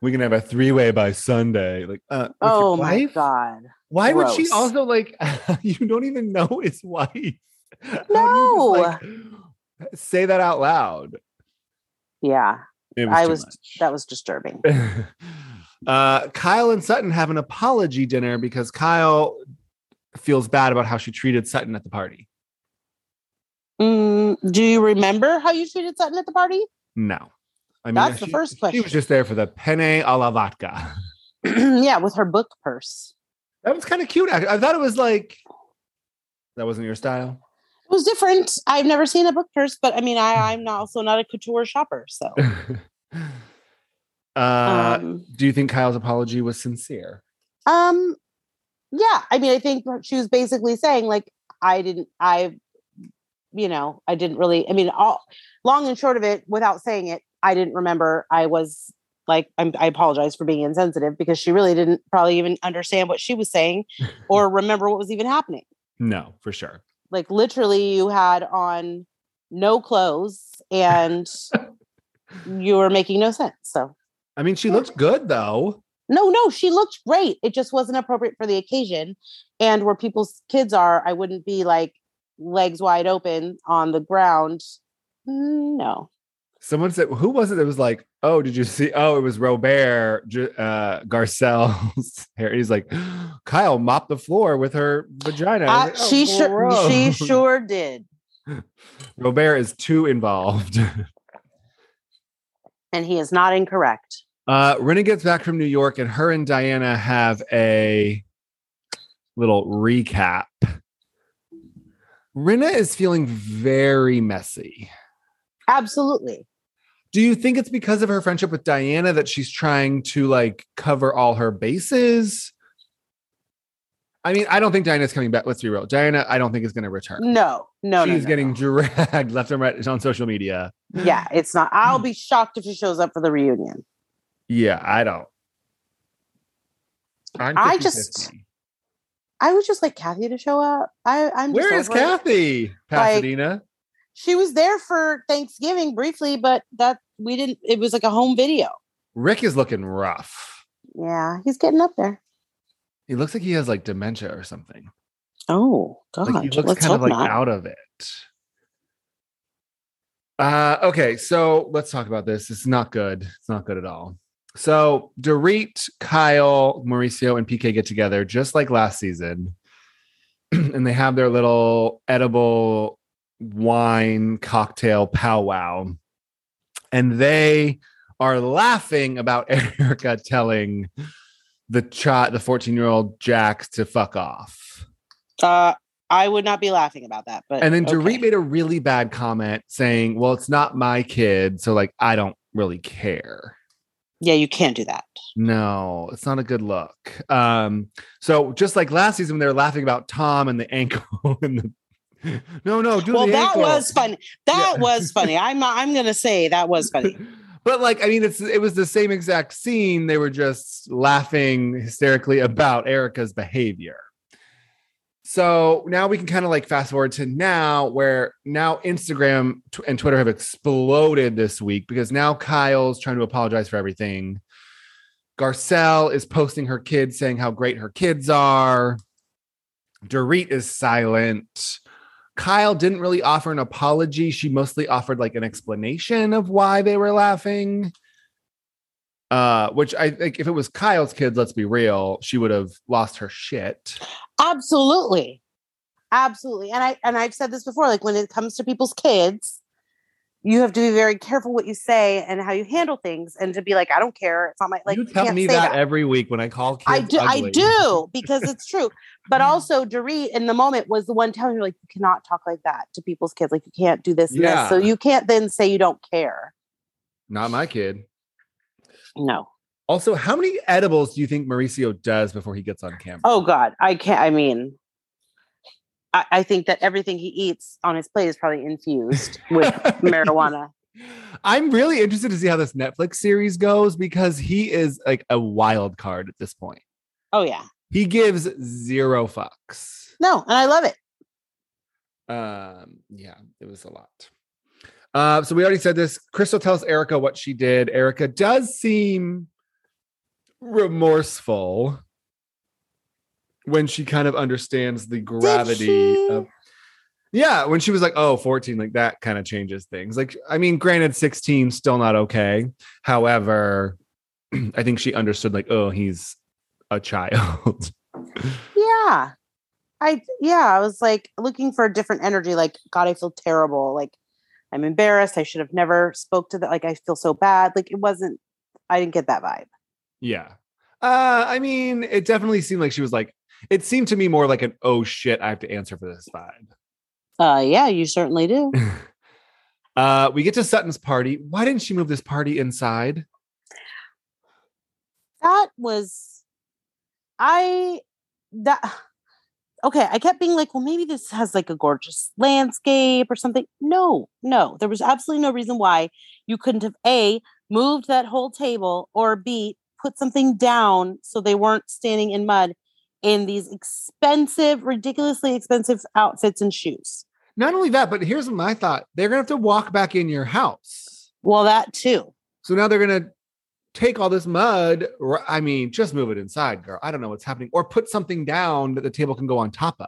S2: We can have a three-way by Sunday. Like, uh, with your
S1: oh my
S2: wife?
S1: god!
S2: Why would she
S1: Gross.
S2: also like? <laughs> you don't even know his wife. <laughs> How do you just,
S1: No.
S2: like, say that out loud.
S1: Yeah,
S2: It
S1: I
S2: too
S1: was.
S2: much.
S1: <laughs> That was disturbing.
S2: <laughs> uh, Kyle and Sutton have an apology dinner because Kyle feels bad about how she treated Sutton at the party.
S1: Mm, do you remember how you treated Sutton at the party?
S2: No, I mean
S1: That's the
S2: she-
S1: first
S2: She
S1: question.
S2: was just there for the penne a la vodka.
S1: <clears throat> yeah, with her book purse.
S2: <laughs> That was kind of cute. Actually, I thought it was like that wasn't your style. <laughs>
S1: It was different. I've never seen a book purse, but I mean, I, I'm not, also not a couture shopper. So,
S2: uh,
S1: um,
S2: do you think Kyle's apology was sincere?
S1: um, yeah, I mean, I think she was basically saying, like, I didn't, I, you know, I didn't really, I mean, all long and short of it, without saying it, I didn't remember. I was like, I'm, I apologize for being insensitive because she really didn't probably even understand what she was saying or remember what was even happening.
S2: No, for sure.
S1: like literally you had on no clothes and you were making no sense so
S2: I mean, she looked good though.
S1: no no she looked great it just wasn't appropriate for the occasion and where people's kids are i wouldn't be like legs wide open on the ground Mm, no
S2: Someone said, who was it that was like, oh, did you see? Oh, it was Robert Ju- uh, Garcelle's <laughs> hair. He's like, <gasps> Kyle mopped the floor with her vagina. I
S1: I,
S2: was like, "Oh,
S1: she sure
S2: gross." <laughs>
S1: she sure did
S2: Robert is too involved. <laughs>
S1: and he is not incorrect
S2: Uh, Renee gets back from New York, and her and Diana have a little recap. Rena is feeling very messy.
S1: absolutely
S2: Do you think it's because of her friendship with Diana that she's trying to like cover all her bases? I mean, I don't think Diana's coming back. Let's be real. Diana, I don't think is going to return.
S1: no no no,
S2: she's
S1: no,
S2: getting
S1: no.
S2: dragged <laughs> left and right on social media.
S1: yeah it's not i'll be shocked if she shows up for the reunion
S2: Yeah, I don't. I'm
S1: I just-
S2: 50-50.
S1: I would just like Kathy to show up. I, I'm just
S2: Where is
S1: over it.
S2: Kathy? Pasadena.
S1: She was there for Thanksgiving briefly, but that we didn't. It was like a home video.
S2: Rick is looking rough.
S1: Yeah, he's getting up there.
S2: He looks like he has like dementia or something.
S1: Oh God,
S2: Like he looks
S1: let's
S2: kind of
S1: hope
S2: like
S1: not.
S2: out of it. Uh, okay, so let's talk about this. It's not good. It's not good at all. So Dorit, Kyle, Mauricio, and PK get together just like last season, <clears throat> and they have their little edible wine cocktail powwow, and they are laughing about <laughs> Erica telling the child, the fourteen-year-old Jax, to fuck off.
S1: Uh, I would not be laughing about that. But
S2: And then Dorit
S1: okay.
S2: made a really bad comment saying, Well, it's not my kid. So, like, I don't really care.
S1: yeah, you can't do that.
S2: No, it's not a good look. Um, so, just like last season, when they were laughing about Tom and the ankle <laughs> and the. No, no, do
S1: well,
S2: the
S1: that
S2: ankle.
S1: was funny. That
S2: Yeah.
S1: was funny. I'm not. I'm gonna say that
S2: <laughs>
S1: was funny.
S2: But like, I mean, it's it was the same exact scene. They were just laughing hysterically about Erica's behavior. So now we can kind of like fast forward to now, where now Instagram tw- and Twitter have exploded this week because now Kyle's trying to apologize for everything. Garcelle is posting her kids saying how great her kids are. Dorit is silent. Kyle didn't really offer an apology. She mostly offered like an explanation of why they were laughing. Uh, which I think if it was Kyle's kids, let's be real, she would have lost her shit.
S1: Absolutely. Absolutely. And I and I've said this before like when it comes to people's kids, you have to be very careful what you say and how you handle things and to be like I don't care. It's not my like
S2: you tell
S1: can't
S2: me
S1: say
S2: that, every week when I call kids.
S1: I do I
S2: ugly. <laughs> Mm.
S1: do because it's true. But also Dorit in the moment was the one telling her like you cannot talk like that to people's kids like you can't do this and
S2: Yeah.
S1: this. So you can't then say you don't care.
S2: Not my kid.
S1: No.
S2: Also, how many edibles do you think Mauricio does before he gets on camera?
S1: Oh God, I can't. I mean, I, I think that everything he eats on his plate is probably infused
S2: <laughs>
S1: with marijuana.
S2: I'm really interested to see how this Netflix series goes because he is like a wild card at this point.
S1: Oh yeah,
S2: He gives zero fucks.
S1: no, and I love it.
S2: Um, yeah, it was a lot. Uh, so we already said this. Crystal tells Erica what she did. Erica does seem remorseful when she kind of understands the gravity
S1: she?
S2: of yeah, when she was like, oh, 14, like that kind of changes things. Like, I mean, granted, 16 still not okay. However, <clears throat> I think she understood, like, oh, he's a child. <laughs>
S1: Yeah, I yeah, I was like looking for a different energy. Like God, I feel terrible. Like I'm embarrassed. I should have never spoke to that. Like I feel so bad. Like it wasn't. I didn't get that vibe.
S2: Yeah. Uh, I mean, it definitely seemed like she was like, it seemed to me more like an oh shit, I have to answer for this vibe.
S1: Uh, yeah, you certainly do.
S2: Uh, we get to Sutton's party. Why didn't she move this party inside?
S1: that was i that <sighs> okay i kept being like well maybe this has like a gorgeous landscape or something no no there was absolutely no reason why you couldn't have a moved that whole table or b put something down so they weren't standing in mud in these expensive ridiculously expensive outfits and shoes
S2: Not only that, but here's my thought they're gonna have to walk back in your house.
S1: well that too
S2: So now they're gonna take all this mud. r- I mean, just move it inside, girl. I don't know what's happening, or put something down that the table can go on top of.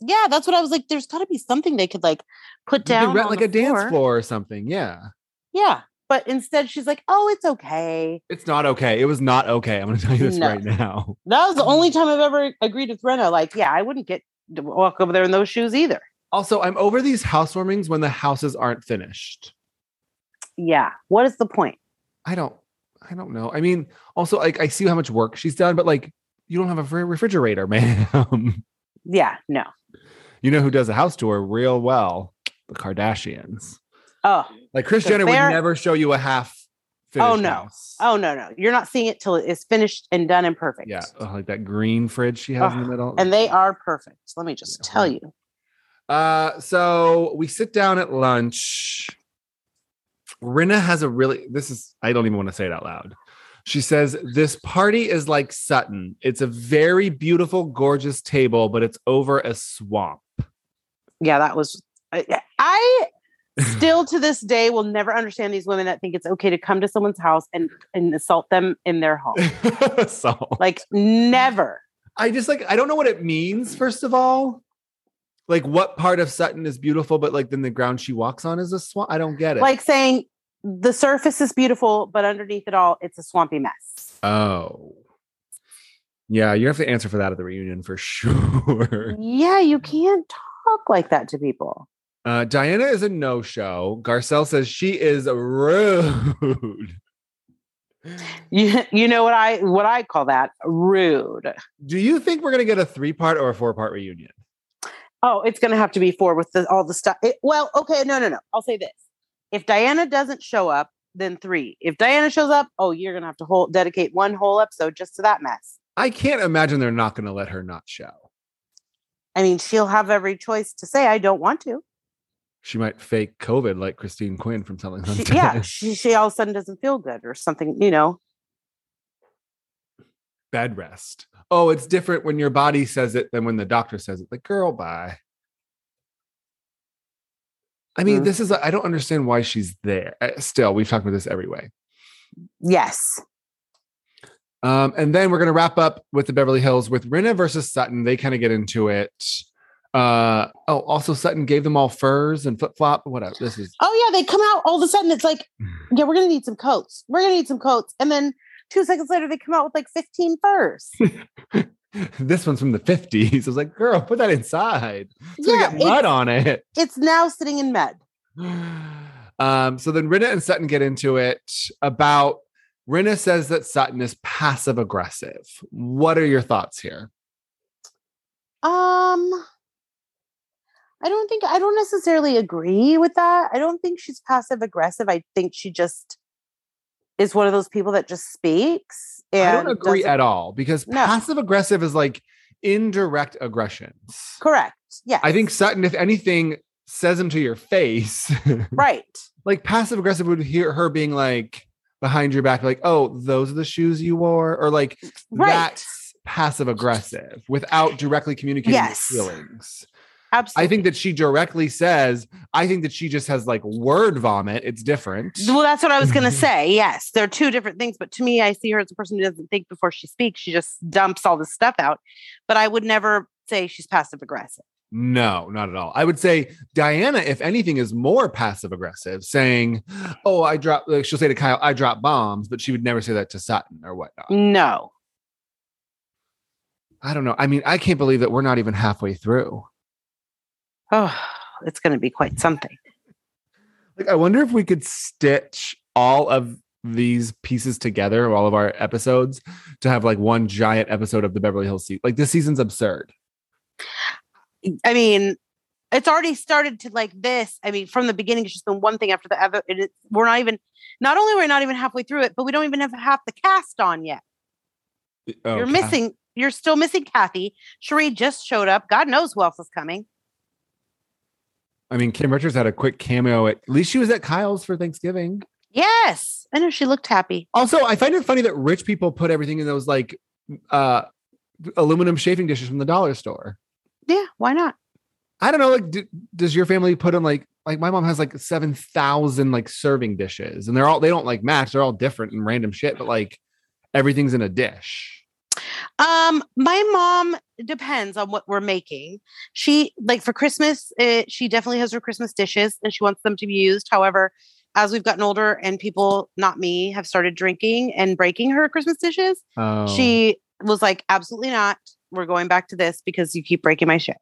S1: yeah that's what i was like there's got to be something they could like put
S2: You
S1: down
S2: can rent
S1: on
S2: like
S1: the
S2: a dance floor or something. Yeah,
S1: yeah but instead she's like oh it's okay
S2: it's not okay. It was not okay. I'm gonna tell you this
S1: No.
S2: right now.
S1: That was the only time I've ever agreed with Rena. Like, yeah, I wouldn't get to walk over there in those shoes either.
S2: Also, I'm over these housewarmings when the houses aren't finished.
S1: Yeah. What is the point?
S2: I don't I don't know. I mean, also like I see how much work she's done, but like you don't have a fr- refrigerator, <laughs> ma'am.
S1: Yeah. No.
S2: you know who does a house tour real well? The Kardashians.
S1: Oh.
S2: Like Chris
S1: So
S2: Jenner
S1: they're-
S2: would never show you a half finished.
S1: Oh, no.
S2: house.
S1: Oh no no. You're not seeing it till it's finished and done and perfect.
S2: Yeah, Ugh, like that green fridge she has in the
S1: Ugh,
S2: middle.
S1: And they are perfect. Let me just
S2: Yeah.
S1: tell you.
S2: Uh, so we sit down at lunch. Rinna has a really this is I don't even want to say it out loud. She says this party is like Sutton. It's a very beautiful, gorgeous table, but it's over a swamp. <laughs>
S1: Yeah, that was. I- I still to this day will never understand these women that think it's okay to come to someone's house and and assault them in their home.
S2: <laughs> so
S1: like never.
S2: I just like I don't know what it means. First of all, like what part of Sutton is beautiful, but like then the ground she walks on is a swamp. I don't get it.
S1: Like saying the surface is beautiful, but underneath it all, it's a swampy mess.
S2: oh. Yeah, you have to answer for that at the reunion for <laughs> sure.
S1: Yeah, you can't talk like that to people.
S2: Uh, Diana is a no show. Garcelle says she is rude. <laughs>
S1: You, you know what I what I call that rude.
S2: Do you think we're going to get a three part or a four part reunion?
S1: Oh, it's going to have to be four with the, all the stuff. It- well, okay, no, no, no. I'll say this: if Diana doesn't show up, then three. If Diana shows up, oh, you're going to have to whole, dedicate one whole episode just to that mess.
S2: I can't imagine they're not going to let her not show.
S1: I mean, she'll have every choice to say I don't want to.
S2: She might fake COVID like Christine Quinn from Telling
S1: She,
S2: Them.
S1: yeah, she she all of a sudden doesn't feel good or something. You know,
S2: <laughs> Bed rest. Oh, it's different when your body says it than when the doctor says it. Like, girl, bye. I mean,
S1: Mhm.
S2: this is, I don't understand why she's there. Uh, Still, we've talked about this every way.
S1: yes,
S2: Um, and then we're going to wrap up with the Beverly Hills with Rinna versus Sutton. They kind of get into it. Uh, oh, also Sutton gave them all furs and flip flop. Whatever. This is <laughs>
S1: Oh yeah, they come out all of a sudden. It's like,
S2: Mm.
S1: yeah, we're gonna need some coats. We're gonna need some coats, and then two seconds later, they come out with like fifteen
S2: <laughs>
S1: furs.
S2: this one's from the fifties. <laughs> I was like, girl, put that inside. It's gonna
S1: yeah,
S2: get mud
S1: it's,
S2: on it. <sighs>
S1: it's now sitting in med.
S2: Um, so then Rinna and Sutton get into it about. Rinna says that Sutton is passive aggressive. What are your thoughts here?
S1: Um, I don't think I don't necessarily agree with that. I don't think she's passive aggressive. I think she just is one of those people that just speaks. And
S2: I don't agree
S1: doesn't-
S2: at all because
S1: No.
S2: passive aggressive is like indirect aggressions.
S1: Correct. Yeah.
S2: I think Sutton, if anything, says them to your face. <laughs>
S1: right.
S2: like passive aggressive would hear her being like behind your back, like, oh, those are the shoes you wore, or like
S1: Right.
S2: that's passive aggressive without directly communicating your
S1: Yes.
S2: feelings.
S1: Absolutely.
S2: I think that she directly says, I think that she just has like word vomit. It's different.
S1: Well, that's what I was going to say. Yes, there are two different things, but to me, I see her as a person who doesn't think before she speaks. She just dumps all this stuff out. But I would never say she's passive aggressive.
S2: No, not at all. I would say Diana, if anything, is more passive aggressive, saying, Oh, I drop, like she'll say to Kyle, I drop bombs, but she would never say that to Sutton or whatnot.
S1: No.
S2: I don't know. I mean, I can't believe that we're not even halfway through.
S1: Oh, it's going to be quite something.
S2: Like, I wonder if we could stitch all of these pieces together, all of our episodes, to have like one giant episode of the Beverly Hills season. Like, this season's absurd.
S1: I mean, it's already started to like this. I mean, from the beginning, it's just been one thing after the other. And it, we're not even, not only we're not even halfway through it, but we don't even have half the cast on yet.
S2: Oh,
S1: you're
S2: Kath-
S1: missing, you're still missing Kathy. Cherie just showed up. God knows who else is coming.
S2: I mean, Kim Richards had a quick cameo. At, at least she was at Kyle's for Thanksgiving.
S1: Yes. I know she looked happy.
S2: Also, I find it funny that rich people put everything in those like uh aluminum shaving dishes from the dollar store.
S1: Yeah, why not?
S2: I don't know. Like, d- does your family put them like like my mom has like seven thousand like serving dishes, and they're all they don't like match. They're all different and random shit, but like everything's in a dish.
S1: Um, my mom depends on what we're making. She like for Christmas, uh she definitely has her Christmas dishes and she wants them to be used. However, as we've gotten older and people, not me, have started drinking and breaking her Christmas dishes,
S2: Oh.
S1: she was like, "Absolutely not. We're going back to this because you keep breaking my shit."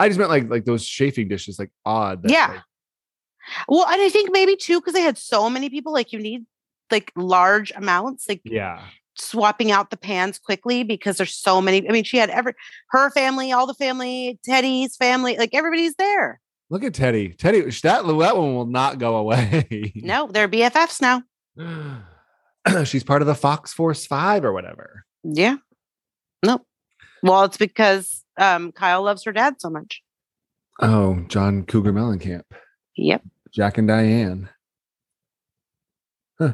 S2: I just meant like like those chafing dishes, like odd.
S1: Yeah.
S2: like-
S1: Well, and I think maybe too because they had so many people, like you need like large amounts, like
S2: yeah.
S1: swapping out the pans quickly because there's so many. I mean, she had every her family, all the family, Teddy's family, like everybody's there.
S2: Look at Teddy. Teddy, that that one will not go
S1: <laughs>
S2: away.
S1: No, they're BFFs now.
S2: <clears throat> She's part of the Fox Force Five or whatever.
S1: Yeah. Nope. Well, it's because um, Kyle loves her dad so much.
S2: Oh, John Cougar Mellencamp,
S1: Yep.
S2: Jack and Diane. Huh.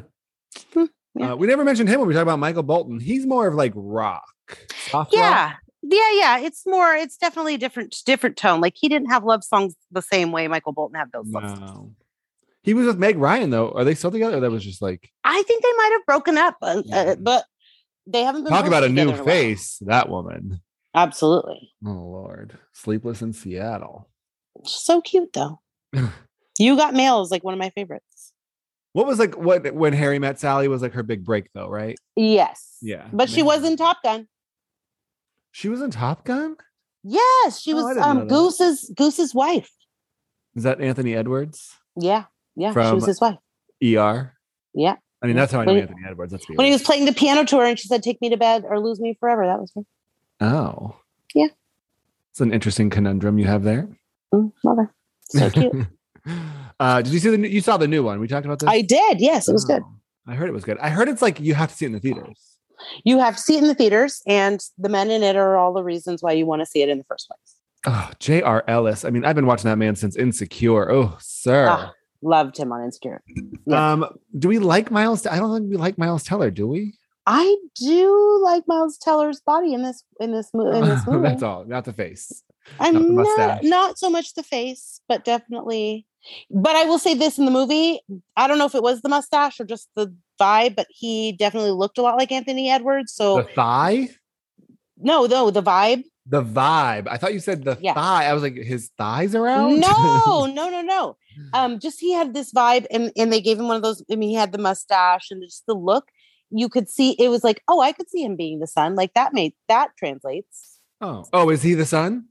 S1: Hmm, yeah.
S2: Uh, we never mentioned him when we talk about Michael Bolton. He's more of like rock, soft rock.
S1: Yeah. Yeah, yeah. It's more. It's definitely a different, different tone. Like he didn't have love songs the same way Michael Bolton had those. Love songs.
S2: No. He was with Meg Ryan though. Are they still together? Or that was just like
S1: I think they might have broken up, uh,
S2: Yeah.
S1: uh, but they haven't been
S2: talk about a
S1: posted
S2: new
S1: together in while.
S2: face. That woman.
S1: Absolutely.
S2: Oh Lord, sleepless in Seattle.
S1: So cute though. you got mail is like one of my favorites.
S2: What was like what when Harry met Sally was like her big break though, right?
S1: Yes.
S2: Yeah,
S1: But she
S2: maybe.
S1: was in Top Gun.
S2: She was in Top Gun.
S1: Yes, she
S2: Oh, I
S1: was
S2: didn't know
S1: um
S2: that.
S1: Goose's Goose's wife.
S2: Is that Anthony Edwards?
S1: Yeah. Yeah, she
S2: From-
S1: was his wife.
S2: ER.
S1: Yeah.
S2: I mean, that's how I know
S1: When he-
S2: Anthony Edwards. Let's be
S1: When he was
S2: honest.
S1: playing the piano tour and she said take me to bed or lose me forever, that was her.
S2: Oh.
S1: Yeah.
S2: It's an interesting conundrum you have there.
S1: Mm, mother.
S2: <laughs>
S1: So cute.
S2: uh, did you see the new, you saw the new one? We talked about this.
S1: I did. Yes, it was good.
S2: Oh, I heard it was good. I heard it's like you have to see it in the theaters.
S1: You have to see it in the theaters and the men in it are all the reasons why you want to see it in the first place.
S2: Oh, J.R. Ellis. I mean, I've been watching that man since Insecure. Oh, sir.
S1: Ah, Loved him on Insecure. yeah.
S2: Um, do we like Miles? I don't think we like Miles Teller, do we?
S1: I do like Miles Teller's body in this in this, mo- in this movie.
S2: <laughs> That's all. Not the face. Not the
S1: I'm
S2: mustache.
S1: not, not so much the face, but definitely. But I will say this in the movie, I don't know if it was the mustache or just the vibe, but he definitely looked a lot like Anthony Edwards. So
S2: The thigh.
S1: no, no, the vibe.
S2: The vibe. I thought you said the
S1: Yeah.
S2: thigh. I was like, his thighs are out.
S1: No, no, no, no. Um, just he had this vibe, and and they gave him one of those. I mean, he had the mustache and just the look. You could see it was like, oh, I could see him being the son. Like that made that translates.
S2: <laughs> oh. Oh, is he the son?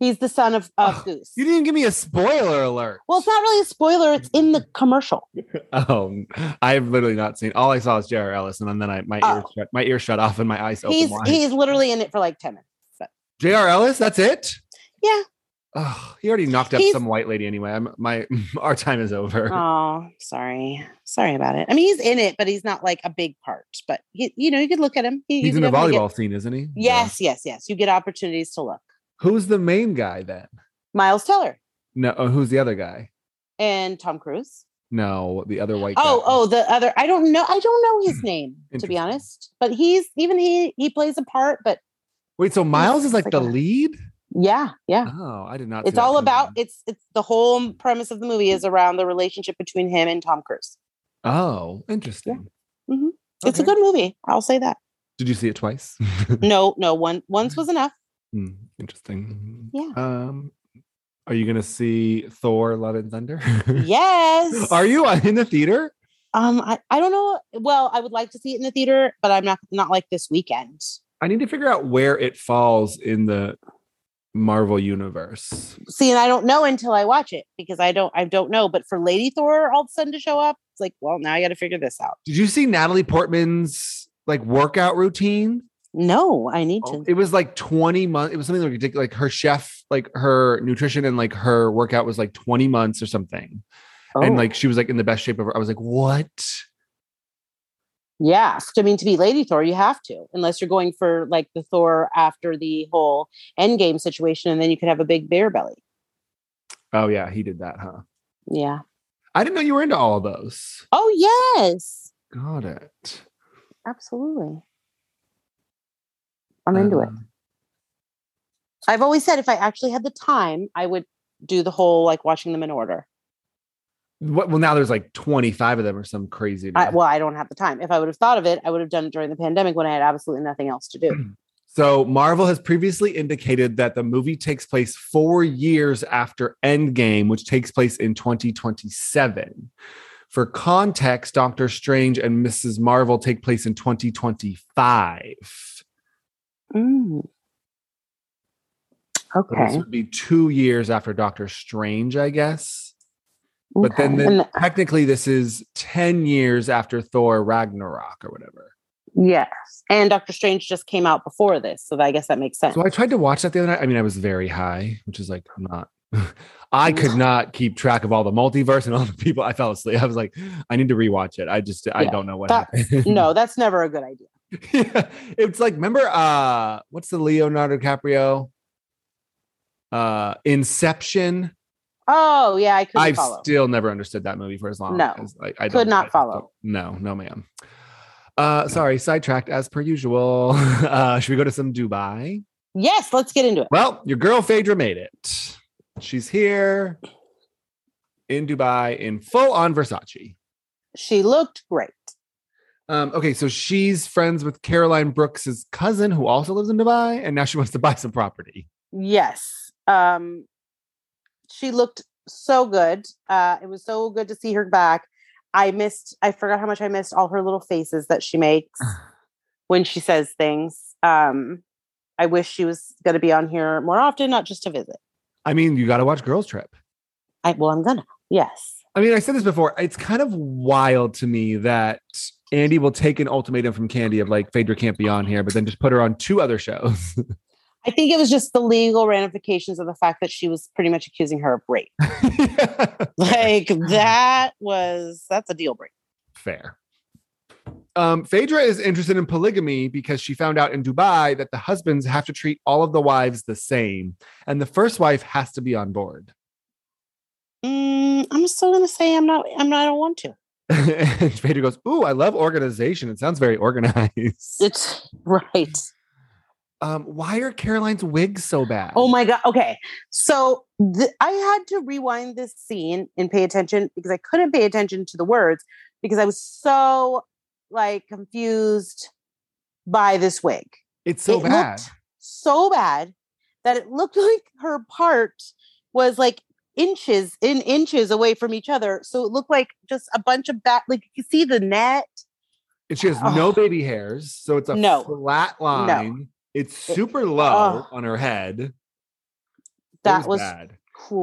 S1: He's the son of, of
S2: Oh,
S1: Goose.
S2: You didn't give me a spoiler alert.
S1: well, it's not really a spoiler. It's
S2: <laughs>
S1: in the commercial.
S2: Um, I've literally not seen. All I saw is J.R. Ellis, and then I my ear
S1: Oh.
S2: shut, my ear shut off and my eyes open
S1: he's
S2: wide.
S1: he's literally in it for like 10 minutes.
S2: J.R. Ellis, that's it.
S1: Yeah.
S2: Oh, he already knocked up
S1: He's-
S2: some white lady anyway. I'm, my <laughs> our time is over.
S1: Oh, sorry. Sorry about it. I mean, he's in it, but he's not like a big part. But he, you know, you could look at him. He, you
S2: He's in
S1: could
S2: the
S1: definitely get-
S2: volleyball scene, isn't he?
S1: Yes, yes, yes. You get opportunities to look.
S2: Yeah. Who's the main guy then?
S1: Miles Teller
S2: No. oh, who's the other guy?
S1: and Tom Cruise.
S2: No, the other white.
S1: Oh,
S2: guy.
S1: oh, the other. I don't know. I don't know his name to be
S2: Interesting.
S1: honest. But he's even he he plays a part. But
S2: Wait, so Miles is like
S1: like
S2: the
S1: a-
S2: lead?
S1: yeah, yeah.
S2: Oh, I did not. see
S1: It's
S2: that
S1: all
S2: coming.
S1: about it's it's the whole premise of the movie is around the relationship between him and Tom Cruise.
S2: Oh, interesting.
S1: Mhm. It's a
S2: Okay.
S1: good movie. I'll
S2: <laughs>
S1: say that.
S2: Did you see it twice?
S1: No, no one once
S2: <laughs>
S1: was enough.
S2: Hmm, interesting.
S1: Yeah.
S2: Um, are you gonna see Thor: Love and Thunder? <laughs>
S1: Yes.
S2: are you on- in the theater?
S1: Um, I, I don't know. Well, I would like to see it in the theater, but I'm not not like this weekend.
S2: I need to figure out where it falls in the Marvel universe.
S1: See, and I don't know until I watch it because I don't I don't know. But for Lady Thor all of a sudden to show up, it's like, well, now I got to figure this out.
S2: Did you see Natalie Portman's like workout routine?
S1: No, I need to.
S2: It was like 20 months. It was something like ridiculous. Like her chef, like her nutrition and like her workout was like 20 months or something. And
S1: Oh.
S2: like she was like in the best shape of her. I was like, what?
S1: yeah, I mean, to be Lady Thor, you have to, unless you're going for like the Thor after the whole Endgame situation, and then you could have a big bear belly.
S2: Oh yeah, he did that, huh?
S1: Yeah.
S2: I didn't know you were into all of those.
S1: Oh yes,
S2: Got it.
S1: absolutely. I'm into it.
S2: Um,
S1: I've always said if I actually had the time, I would do the whole like watching them in order.
S2: What, well, now there's like 25 of them or some crazy.
S1: I,
S2: math.
S1: well, I don't have the time. If I would have thought of it, I would have done it during the pandemic when I had absolutely nothing else
S2: <clears throat>
S1: to do.
S2: So Marvel has previously indicated that the movie takes place four years after Endgame, which takes place in 2027. For context, Doctor Strange and Mrs. Marvel take place in 2025.
S1: Mm.
S2: So
S1: Okay.
S2: This would be two years after Doctor Strange, I guess. But then,
S1: Okay.
S2: then
S1: And-
S2: technically, this is 10 years after Thor Ragnarok or whatever.
S1: yes. And Doctor Strange just came out before this, so I guess that makes sense.
S2: So I tried to watch that the other night. I mean, I was very high, which is like I'm not. <laughs> I
S1: <laughs>
S2: could not keep track of all the multiverse and all the people. I fell asleep. I was like, I need to rewatch it. I just I
S1: Yeah,
S2: don't know what
S1: that-
S2: happened. <laughs>
S1: no, that's never a good idea.
S2: Yeah. It's like remember uh what's the Leonardo DiCaprio uh Inception?
S1: Oh yeah, I couldn't
S2: I've
S1: follow.
S2: still never understood that movie for as long.
S1: No.
S2: as, like, I
S1: Could
S2: don't-
S1: not
S2: I just
S1: follow.
S2: don't- No, no, ma'am. Uh, sorry, sidetracked as per usual. <laughs> Uh, should we go to some Dubai?
S1: yes, let's get into it.
S2: Well, your girl Phaedra made it. She's here in Dubai in full on Versace.
S1: She looked great.
S2: Um, okay, so she's friends with Caroline Brooks's cousin, who also lives in Dubai, and now she wants to buy some property.
S1: Yes. Um she looked so good. Uh it was so good to see her back. I missed I forgot how much I missed all her little faces that she <sighs> makes when she says things. Um I wish she was going to be on here more often, not just to visit.
S2: I mean, you got to watch Girls Trip.
S1: I well, I'm going to. Yes.
S2: I mean, I said this before. It's kind of wild to me that Andy will take an ultimatum from Candy of like Phaedra can't be on here, but then just put her on two other shows. <laughs>
S1: I think it was just the legal ramifications of the fact that she was pretty much accusing her of rape. <laughs> Like that was that's a deal breaker.
S2: Fair. Um, Phaedra is interested in polygamy because she found out in Dubai that the husbands have to treat all of the wives the same, and the first wife has to be on board. <laughs>
S1: Mm, I'm still going to say I'm not I'm not I don't want to.
S2: and Phaedra goes, "Ooh, I love organization. It sounds very <laughs> organized."
S1: It's right.
S2: Um, why are Caroline's wigs so bad?
S1: Oh my god. Okay. So th- I had to rewind this scene and pay attention because I couldn't pay attention to the words because I was so like confused by this wig.
S2: It's so
S1: it
S2: bad.
S1: looked so bad that it looked <laughs> like her part was like inches in inches away from each other. So it looked like just a bunch of bat like you could see the net.
S2: And she has no
S1: Oh.
S2: baby hairs, so it's a
S1: No.
S2: flat line. It's
S1: It-
S2: super low
S1: Ugh.
S2: on her head. It
S1: That was,
S2: bad.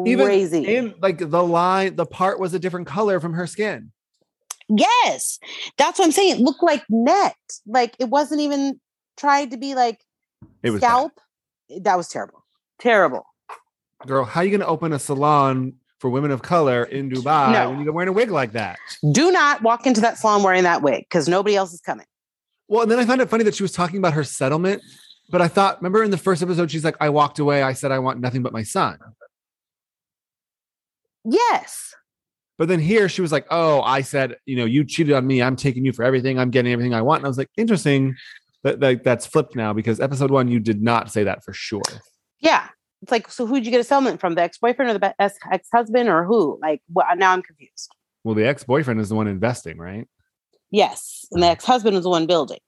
S2: Even
S1: crazy.
S2: And like the line, the part was a different color from her skin.
S1: Yes, that's what I'm saying. It looked like net. Like it wasn't even tried to be like
S2: It was bad.
S1: scalp. That was terrible. Terrible.
S2: girl, how you going to open a salon for women of color in Dubai
S1: No.
S2: when you're wearing a wig like that?
S1: Do not walk into that salon wearing that wig because nobody else is coming.
S2: Well, and then I found it funny that she was talking about her settlement, but I thought, remember in the first episode, she's like, I walked away. I said, I want nothing but my son.
S1: Yes.
S2: But then here she was like, "Oh, I said, you know, you cheated on me. I'm taking you for everything. I'm getting everything I want." And I was like, "Interesting." That, that that's flipped now because episode one, you did not say that for sure.
S1: Yeah. It's like, so who'd you get a settlement from? The ex boyfriend or the ex husband or who? Like, what, now I'm confused.
S2: Well, the ex boyfriend is the one investing, right?
S1: Yes. And the
S2: Mm.
S1: ex husband was the one building.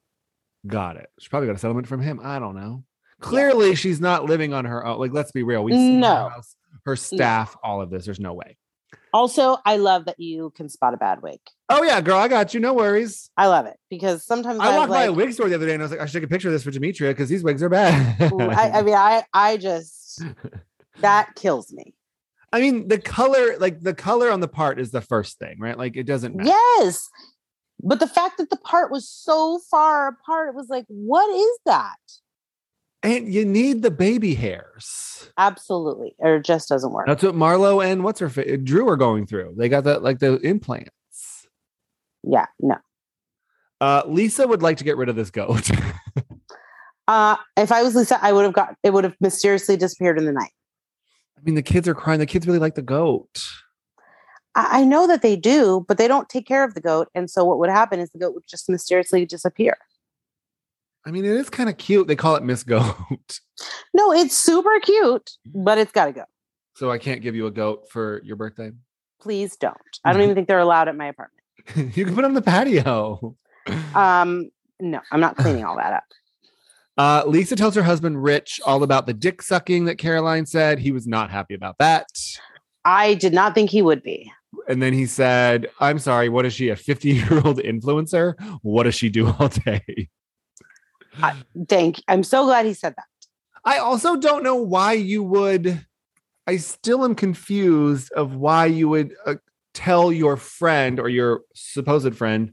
S2: Got it. She probably got a settlement from him. I don't know. Clearly, she's not living on her own. Like, let's be real. We see
S1: No.
S2: her, house, her staff, all of this. There's no way.
S1: Also, I love that you can spot a bad wig.
S2: Oh yeah, girl, I got you. No worries.
S1: I love it because sometimes
S2: I
S1: I,
S2: walked by a
S1: like,
S2: wig store the other day and I was like, I should take a picture of this for Demetria because these wigs are bad.
S1: Ooh,
S2: <laughs>
S1: I, I mean, I, I just, that kills me.
S2: I mean, the color, like the color on the part is the first thing, right? Like it doesn't matter.
S1: Yes. But the fact that the part was so far apart, it was like, what is that?
S2: And you need the baby hairs.
S1: Absolutely. Or it just doesn't work.
S2: That's what Marlo and what's her fa- Drew are going through. They got that like the implants.
S1: yeah. No.
S2: Uh, Lisa would like to get rid of this goat. <laughs>
S1: Uh, if I was Lisa, I would have got, it would have mysteriously disappeared in the night.
S2: I mean, the kids are crying. The kids really like the goat.
S1: I, I know that they do, but they don't take care of the goat. And so what would happen is the goat would just mysteriously disappear.
S2: I mean, it is kind of cute. They call it Miss Goat. <laughs>
S1: No, it's super cute, but it's got to go.
S2: So I can't give you a goat for your birthday. <laughs>
S1: Please don't. I don't even think they're allowed at my apartment.
S2: you can put it on the patio.
S1: Um, no, I'm not cleaning all that up.
S2: <laughs> Uh, Lisa tells her husband Rich all about the dick sucking that Caroline said. He was not happy about that.
S1: I did not think he would be.
S2: And then he said, I'm sorry, what is she, a 50 year old <laughs> influencer? What does she do all day?
S1: Thank. I'm so glad he said that.
S2: I also don't know why you would, I still am confused of why you would uh, tell your friend or your supposed friend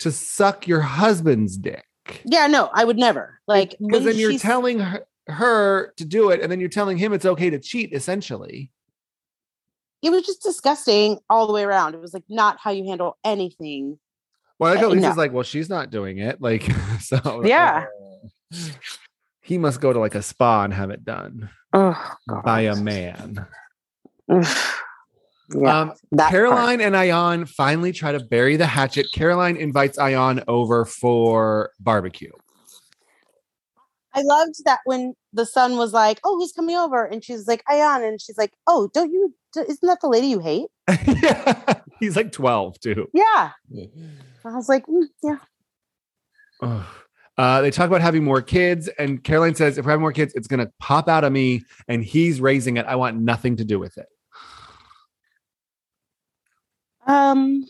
S2: to suck your husband's dick.
S1: Yeah, no, I would never. Like
S2: Because
S1: when
S2: then you're
S1: she's-
S2: telling her, her to do it, and then you're telling him it's okay to cheat, essentially.
S1: it was just disgusting all the way around. It was like not how you handle anything.
S2: Well, I
S1: Uh,
S2: like how Lisa's
S1: no.
S2: like, well, she's not doing it. Like, <laughs> so. uh,
S1: Yeah.
S2: He must go to like a spa and have it done
S1: Oh
S2: by a man.
S1: yeah,
S2: Um,
S1: that part.
S2: Caroline and Ion finally try to bury the hatchet. Caroline invites Ion over for
S1: <laughs>
S2: barbecue.
S1: I loved that when the son was like, "Oh, who's coming over?" and she's like, "Ayan," and she's like, "Oh, don't you? d- Isn't that the lady you hate?"
S2: yeah. He's like 12, too.
S1: Yeah. I was like, mm, "Yeah,
S2: Ugh. Uh, they talk about having more kids, and Caroline says, if we have more kids, it's going to pop out of me, and he's raising it. I want nothing to do with
S1: <laughs>
S2: it.
S1: um."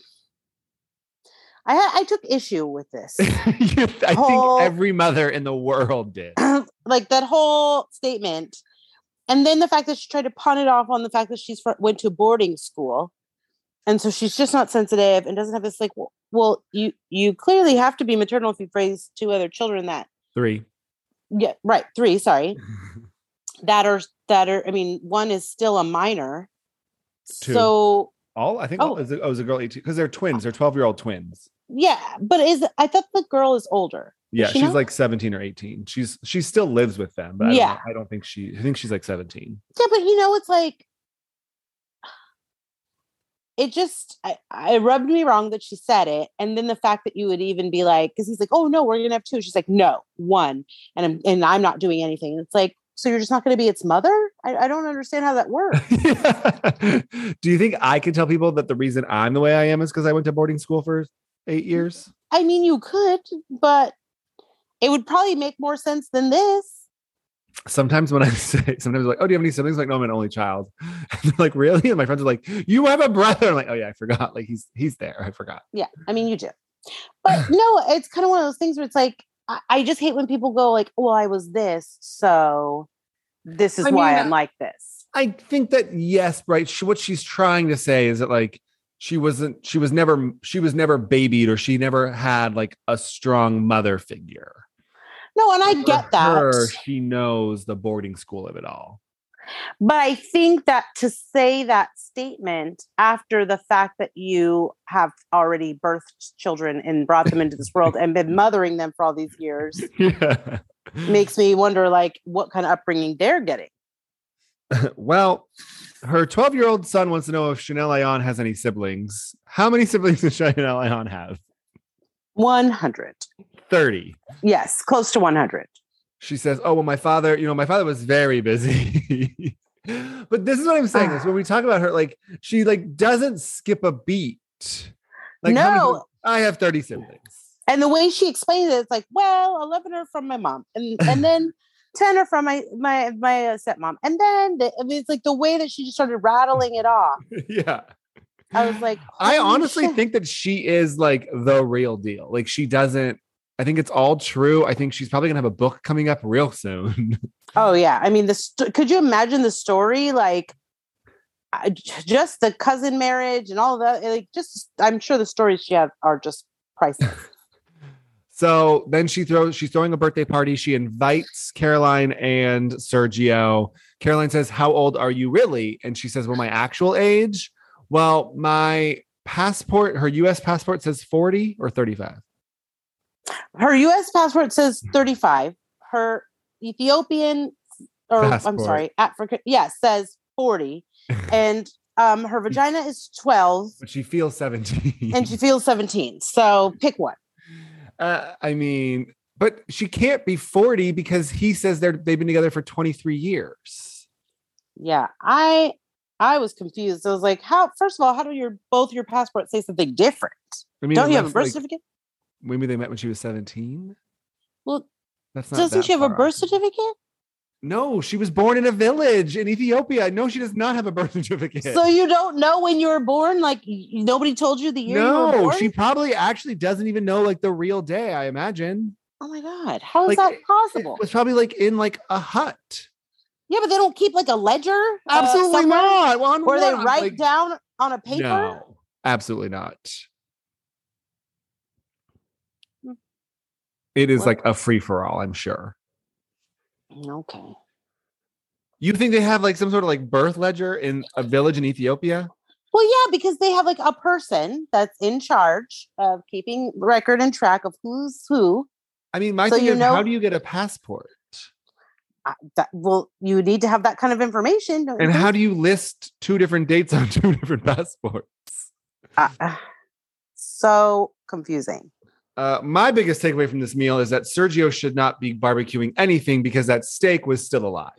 S1: I, ha- I took issue with this.
S2: You- I
S1: Whole-
S2: think every mother in the world
S1: <laughs>
S2: did.
S1: <clears throat> like that whole statement and then the fact that she tried to pawn it off on the fact that she's fr- went to boarding school and so she's just not sensitive and doesn't have this like well, well you you clearly have to be maternal if you've raised two other children that
S2: Three.
S1: yeah right three sorry that are that are i mean one is still a minor
S2: Two.
S1: so
S2: All I think
S1: Oh.
S2: oh. was, a, oh, it was a girl 18 because they're twins. They're 12 year old twins.
S1: yeah but is i thought the girl is older
S2: Yeah,
S1: she
S2: she's
S1: not?
S2: like 17 or 18. She's she still lives with them, but I yeah.
S1: Yeah.
S2: don't, know. I don't think she I think she's like <laughs> 17.
S1: Yeah, but you know, it's like it just I, I rubbed me wrong that she said it, and then the fact that you would even be like, because he's like, oh no, we're gonna have two. She's like, no, one, and I'm and I'm not doing anything. It's like, so you're just not gonna be its mother? I, I don't understand how that works.
S2: Do you think I can tell people that the reason I'm the way I am is because I went to boarding school for eight years?
S1: I mean, you could, but it would probably make more sense than this.
S2: Sometimes when I <laughs> say sometimes like, oh, do you have any siblings? Like, no, I'm an only child. <laughs> And they're like, really? And my friends are like, you have a brother. I'm like, oh yeah, I forgot. Like he's he's there. I forgot.
S1: Yeah, I mean, you do. But
S2: <laughs>
S1: no, it's kind of one of those things where it's like, I, I just hate when people go like, well, I was this, so this is
S2: I
S1: why
S2: mean, uh
S1: I'm like this.
S2: I think that yes, right. She, what she's trying to say is that like she wasn't, she was never, she was never babied, or she never had like a strong mother figure.
S1: No, and I
S2: For
S1: get that.
S2: her, she knows the boarding school of it all.
S1: But I think that to say that statement after the fact that you have already birthed children and brought them into this world
S2: <laughs>
S1: and been mothering them for all these years
S2: yeah.
S1: makes me wonder, like, what kind of upbringing they're getting.
S2: <laughs> well, her 12 year old son wants to know if Chanel Ayon has any siblings. How many siblings does <laughs> Chanel Ayon have?
S1: 100.
S2: 30.
S1: Yes, close to 100.
S2: She says, Oh, well, my father, you know, my father was very busy. <laughs> but this is what I'm saying
S1: Ah.
S2: is when we talk about her, like, she like doesn't skip a beat. Like, how many
S1: No.
S2: siblings- I have 30 siblings. <laughs>
S1: And the way she explained it, it's like, well, 11 are from my mom. And,
S2: <laughs>
S1: and then 10 are from my, my, my uh, stepmom. And then the, I mean, it's like the way that she just started rattling it off.
S2: yeah.
S1: I was like,
S2: I
S1: "Holy
S2: honestly
S1: shit."
S2: think that she is like the real deal. Like she doesn't. I think it's all true. I think she's probably gonna have a book coming up real soon. <laughs>
S1: Oh yeah, I mean, the st- could you imagine the story? Like, I, j- just the cousin marriage and all that. Like, just I'm sure the stories she has are just priceless.
S2: so then she throws. She's throwing a birthday party. She invites Caroline and Sergio. Caroline says, "How old are you really?" And she says, "Well, my actual age. Well, my passport. Her U.S. passport says forty or thirty-five.
S1: Her U.S. passport says
S2: Hmm.
S1: 35. Her Ethiopian, or I'm
S2: Passport.
S1: sorry, African, yeah, says
S2: <laughs>
S1: 40, and um, her vagina is 12,
S2: But she feels seventeen.
S1: and she feels 17. So pick one.
S2: Uh, I mean, but she can't be 40 because he says they're they've been together for 23 years.
S1: Yeah, I I was confused. I was like, how? First of all, how do your both your passports say something different?
S2: I mean,
S1: Don't you have a
S2: unless,
S1: birth
S2: like,
S1: certificate?
S2: Maybe they met when she was 17.
S1: Well,
S2: That's not
S1: doesn't
S2: that
S1: she have a
S2: far off.
S1: birth certificate?
S2: No, she was born in a village in Ethiopia. No, she does not have a birth <laughs> certificate.
S1: So you don't know when you were born? Like y- nobody told you the year you
S2: no,
S1: were born?
S2: she probably actually doesn't even know like the real day, I imagine.
S1: oh my god, how
S2: Like,
S1: is that
S2: it-
S1: possible?
S2: It was probably like in like a hut.
S1: yeah, but they don't keep like a ledger. uh,
S2: Absolutely
S1: somewhere
S2: not. Well, on
S1: Where they
S2: what?
S1: write
S2: Like,
S1: down on a paper.
S2: No, absolutely not.
S1: Hmm.
S2: It is
S1: What?
S2: like a free for all, I'm sure.
S1: Okay.
S2: You think they have like some sort of like birth ledger in a village in Ethiopia?
S1: Well, yeah, because they have like a person that's in charge of keeping record and track of who's who.
S2: I mean, my
S1: So
S2: thing
S1: you
S2: is,
S1: know-
S2: how do you get a passport?
S1: I, that, well, you need to have that kind of information. Don't you
S2: And
S1: think?
S2: how do you list two different dates on <laughs> two different passports?
S1: Ah, ah. so confusing.
S2: Uh, my biggest takeaway from this meal is that Sergio should not be barbecuing anything because that steak was still alive.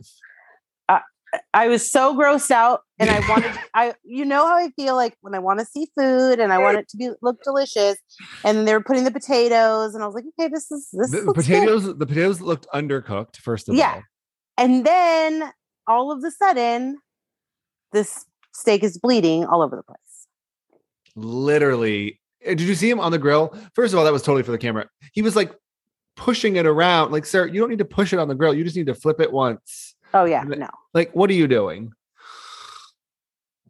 S1: I was so grossed out and I
S2: <laughs>
S1: wanted I you know how I feel like when I want to see food and I want it to be look delicious and they were putting the potatoes and I was like okay this is this
S2: The
S1: looks good.
S2: potatoes, the potatoes looked undercooked. First of
S1: Yeah.
S2: all,
S1: and then all of a sudden this steak is bleeding all over the place.
S2: literally Uh, did you see him on the grill first of all that was totally for the camera he was like pushing it around like sir you don't need to push it on the grill you just need to flip it once
S1: Oh yeah,
S2: And the-
S1: no.
S2: like what are you doing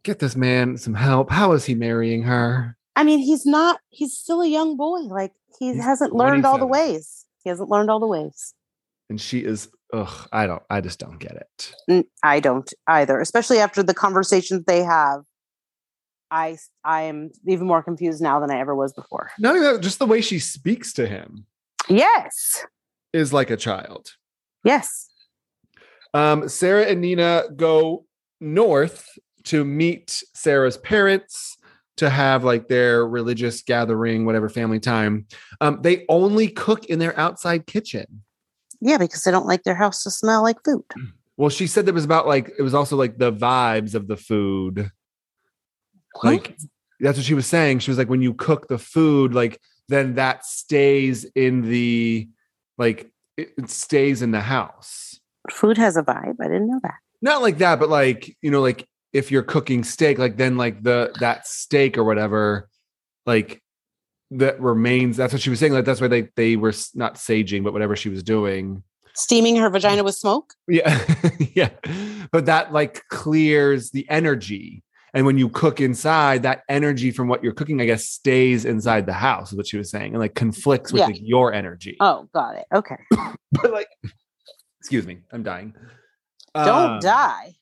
S2: get this man some help how is he marrying her
S1: I mean he's not he's still a young boy like he
S2: He's
S1: hasn't learned all the
S2: 27.
S1: ways. He hasn't learned all the ways.
S2: and she is ugh i don't i just don't get it
S1: N- I don't either, especially after the conversations they have. I I am even more confused now than I ever was before.
S2: not even that, just the way she speaks to him
S1: Yes.
S2: is like a child
S1: Yes.
S2: Um, Sarah and Nina go north to meet Sarah's parents to have like their religious gathering, whatever family time. Um, they only cook in their outside kitchen.
S1: Yeah, because they don't like their house to smell like food.
S2: Well, she said that was about like it was also like the vibes of the food. Like that's what she was saying. She was like, when you cook the food, like then that stays in the like it, it stays in the house.
S1: food has a vibe. I didn't know that.
S2: not like that, but like you know, like if you're cooking steak, like then like the that steak or whatever, like that remains. That's what she was saying. Like that's why they they were s- not saging, but whatever she was doing.
S1: Steaming her vagina with smoke.
S2: Yeah, <laughs> yeah. But that like clears the energy, and when you cook inside, that energy from what you're cooking, I guess, stays inside the house. Is what she was saying, and like conflicts with
S1: Yeah.
S2: like, your energy.
S1: Oh, got it. Okay.
S2: But like, excuse me, I'm dying.
S1: Don't
S2: Um,
S1: die.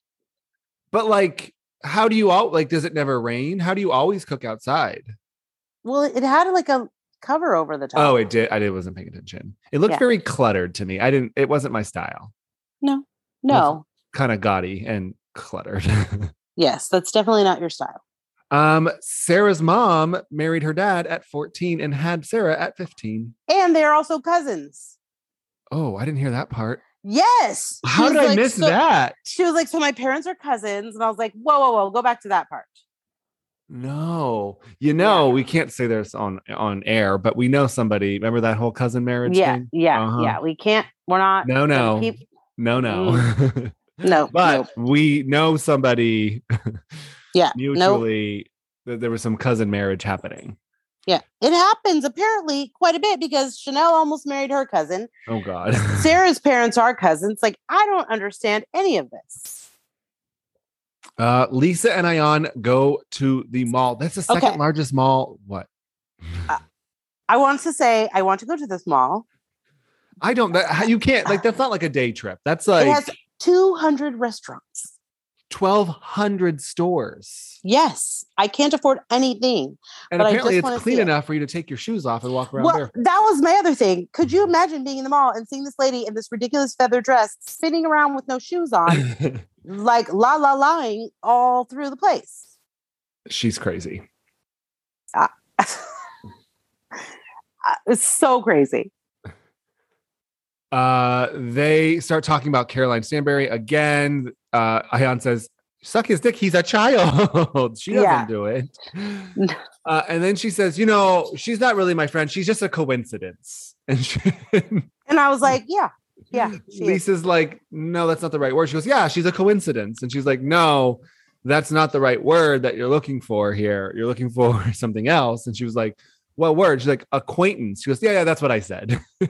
S2: But like, how do you all like? Does it never rain? How do you always cook outside?
S1: Well, it had like a cover over the top.
S2: Oh, it did. I did. Wasn't paying attention. It looked
S1: Yeah.
S2: very cluttered to me. I didn't. It wasn't my style.
S1: No, no.
S2: Kind of gaudy and cluttered. <laughs>
S1: Yes, that's definitely not your style.
S2: um, Sarah's mom married her dad at 14 and had Sarah at 15.
S1: And they're also cousins.
S2: Oh, I didn't hear that part.
S1: Yes. She
S2: How
S1: was
S2: did I
S1: like,
S2: miss
S1: so-
S2: that?
S1: She was like, so my parents are cousins, and I was like, whoa, whoa, whoa, go back to that part.
S2: No, you know
S1: Yeah.
S2: we can't say this on on air, but we know somebody. Remember that whole cousin marriage
S1: Yeah,
S2: thing?
S1: yeah,
S2: Uh-huh.
S1: yeah. We can't. We're not.
S2: No,
S1: gonna
S2: no,
S1: Keep,
S2: no, no.
S1: mm.
S2: <laughs>
S1: no.
S2: but we know somebody.
S1: Yeah, no.
S2: mutually that there was some cousin marriage happening.
S1: Yeah, it happens apparently quite a bit because Chanel almost married her cousin.
S2: Oh God.
S1: Sarah's parents are cousins. Like, I don't understand any of this.
S2: <laughs> Uh, Lisa and Ion go to the mall. That's the second
S1: Okay.
S2: largest mall. What?
S1: I want to say, I want to go to this mall.
S2: I don't. That, how- you can't. Like that's not like a day trip. That's like
S1: it has 200 restaurants.
S2: twelve hundred stores,
S1: Yes, I can't afford anything.
S2: and
S1: But I
S2: apparently
S1: just
S2: it's
S1: wanna see
S2: clean
S1: it.
S2: enough for you to take your shoes off and walk around
S1: Well,
S2: there.
S1: that was my other thing. Could you imagine being in the mall and seeing this lady in this ridiculous feather dress spinning around with no shoes
S2: <clears throat>
S1: on, like la la lying all through the place?
S2: <laughs> She's crazy.
S1: Uh, it's so crazy.
S2: Uh, they start talking about Caroline Stanberry again. Uh, Ion says, "Suck his dick. He's a child. <laughs> she doesn't
S1: Yeah.
S2: do
S1: <laughs>
S2: it." Uh, and then she says, "You know, she's not really my friend. She's just a coincidence." <laughs> And she,
S1: And I was like, yeah, yeah.
S2: Mm,
S1: she is.
S2: Lisa's like, "No, that's not the right word." She goes, "Yeah, she's a coincidence." And she's like, "No, that's not the right word that you're looking for here. You're looking for <laughs> something else." And she was like, "What word?" She's like, "Acquaintance." She goes, "Yeah, yeah, that's what I said." <laughs>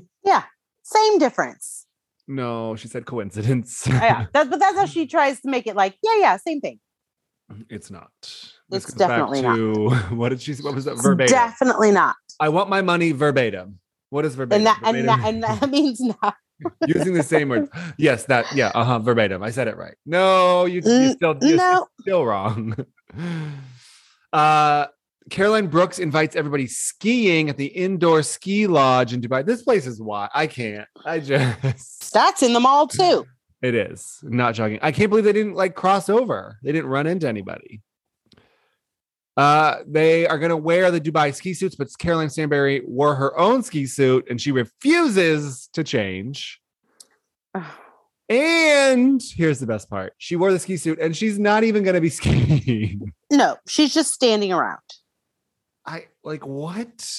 S1: Same difference.
S2: no, she said coincidence. <laughs>
S1: Oh, yeah, that, but that's how she tries to make it like, yeah, yeah, same thing.
S2: It's not. This
S1: It's
S2: goes back
S1: definitely not.
S2: to, <laughs> What did she? What was that
S1: It's
S2: verbatim?
S1: Definitely not.
S2: I want my money verbatim. What is verbatim?
S1: And that, and
S2: Verbatim-
S1: that and that <laughs> means not.
S2: <laughs> using the same
S1: <laughs>
S2: word. Yes, that. Yeah, uh huh. Verbatim. I said it right. No, you, you
S1: Mm,
S2: still you're
S1: No,
S2: still wrong. <laughs> Uh, Caroline Brooks invites everybody skiing at the indoor ski lodge in Dubai. This place is why I can't. I just
S1: that's in the
S2: <sighs>
S1: mall too. <sighs>
S2: it is not joking. I can't believe they didn't like cross over. They didn't run into anybody. Uh, they are gonna wear the Dubai ski suits, but Caroline Stanberry wore her own ski suit and she refuses to change. And here's the best part: she wore the ski suit, and she's not even going to be <laughs> skiing.
S1: No, she's just standing around.
S2: I like what?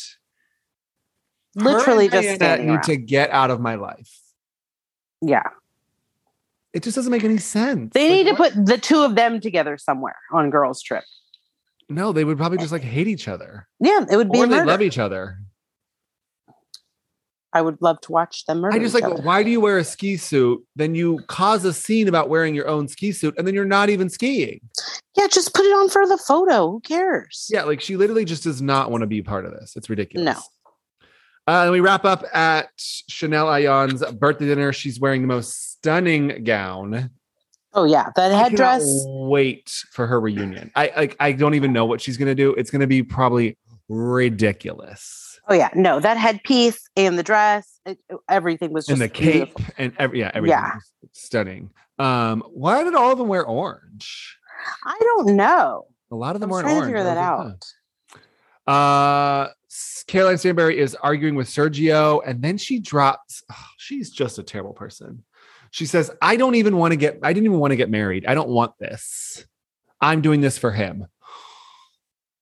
S2: Her
S1: Literally
S2: and
S1: just
S2: Diana
S1: standing
S2: need
S1: around.
S2: to get out of my life.
S1: yeah.
S2: It just doesn't make any sense.
S1: They
S2: Like,
S1: need to
S2: what-
S1: put the two of them together somewhere on girls trip.
S2: No, they would probably just like hate each other,
S1: Yeah, it would be
S2: or
S1: a
S2: they
S1: murder.
S2: love each other.
S1: I would love to watch them murder.
S2: I just
S1: each
S2: like,
S1: other.
S2: why do you wear a ski suit? Then you cause a scene about wearing your own ski suit, and then you're not even skiing.
S1: Yeah, just put it on for the photo. Who cares?
S2: Yeah, like she literally just does not want to be part of this. It's ridiculous. Uh, and we wrap up at Chanel Ayon's birthday dinner. She's wearing the most stunning gown.
S1: Oh yeah, that
S2: I cannot
S1: headdress.
S2: Wait for her reunion. I like. I don't even know what she's gonna do. It's gonna be probably ridiculous.
S1: Oh yeah, no, that headpiece and the dress, it, everything was just
S2: And the cape
S1: beautiful.
S2: and every yeah everything
S1: Yeah.
S2: was stunning. Um, why did all of them wear orange?
S1: I don't know.
S2: A lot of
S1: I'm
S2: them were
S1: trying
S2: orange.
S1: to
S2: I
S1: figure
S2: was
S1: that
S2: like,
S1: out.
S2: huh. Uh, Caroline Stanberry is arguing with Sergio, and then she drops. oh, she's just a terrible person. She says, "I don't even want to get. I didn't even want to get married. I don't want this. I'm doing this for him." <sighs>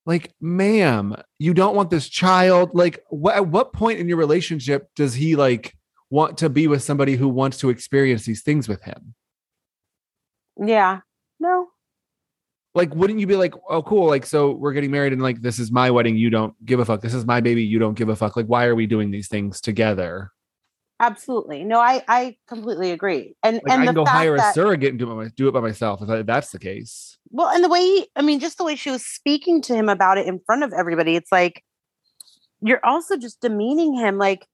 S2: Like, ma'am, you don't want this child. Like, what? At what point in your relationship does he like want to be with somebody who wants to experience these things with him?
S1: Yeah. No.
S2: Like, wouldn't you be like, "Oh, cool. Like, so we're getting married, and like, this is my wedding. You don't give a fuck. This is my baby. You don't give a fuck. Like, why are we doing these things together?"
S1: Absolutely. No, I I completely agree. And
S2: Like
S1: and
S2: I
S1: the
S2: can go
S1: fact
S2: hire
S1: that
S2: a surrogate and do it, by, my- do it by myself if I- that's the case. <laughs>
S1: well, and the way he, I mean, just the way she was speaking to him about it in front of everybody, it's like you're also just demeaning him. Like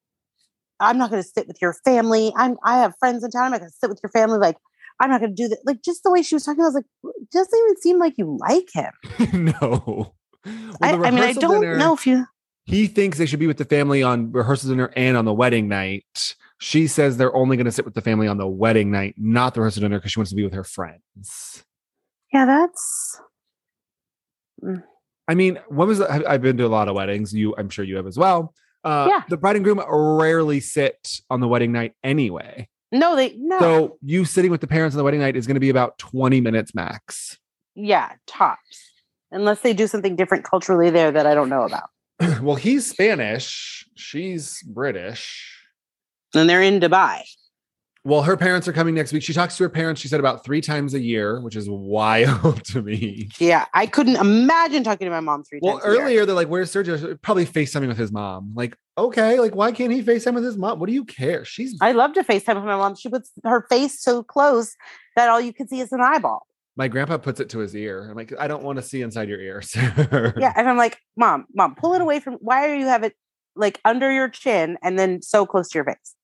S1: I'm not going to sit with your family. I'm I have friends in town. I'm not going to sit with your family. Like I'm not going to do that. Like just the way she was talking, I was like, it doesn't even seem like you like him.
S2: no. Well,
S1: I,
S2: the
S1: I mean, I
S2: rehearsal
S1: don't
S2: dinner-
S1: know if you.
S2: He thinks they should be with the family on rehearsal dinner and on the wedding night. She says they're only going to sit with the family on the wedding night, not the rehearsal dinner, because she wants to be with her friends.
S1: Yeah, that's.
S2: I mean, when was I- I've been to a lot of weddings? You, I'm sure you have as well. Uh,
S1: Yeah.
S2: The bride and groom rarely sit on the wedding night anyway.
S1: No, they. No.
S2: So you sitting with the parents on the wedding night is going to be about 20 minutes max.
S1: yeah, tops. Unless they do something different culturally there that I don't know about.
S2: <clears throat> well, he's Spanish. She's British.
S1: And they're in Dubai.
S2: Well, her parents are coming next week. She talks to her parents, she said about three times a year, which is wild to me.
S1: Yeah, I couldn't imagine talking to my mom three
S2: Well,
S1: times. a year.
S2: earlier they're like, "Where's Sergio?" Probably FaceTiming with his mom. Like, okay, like why can't he FaceTime with his mom? What do you care? She's
S1: I love to FaceTime with my mom. She puts her face so close that all you can see is an eyeball.
S2: my grandpa puts it to his ear. I'm like, I don't want to see inside your ear, <laughs> sir.
S1: Yeah. And I'm like, Mom, Mom, pull it away from why are you have it like under your chin and then so close to your face?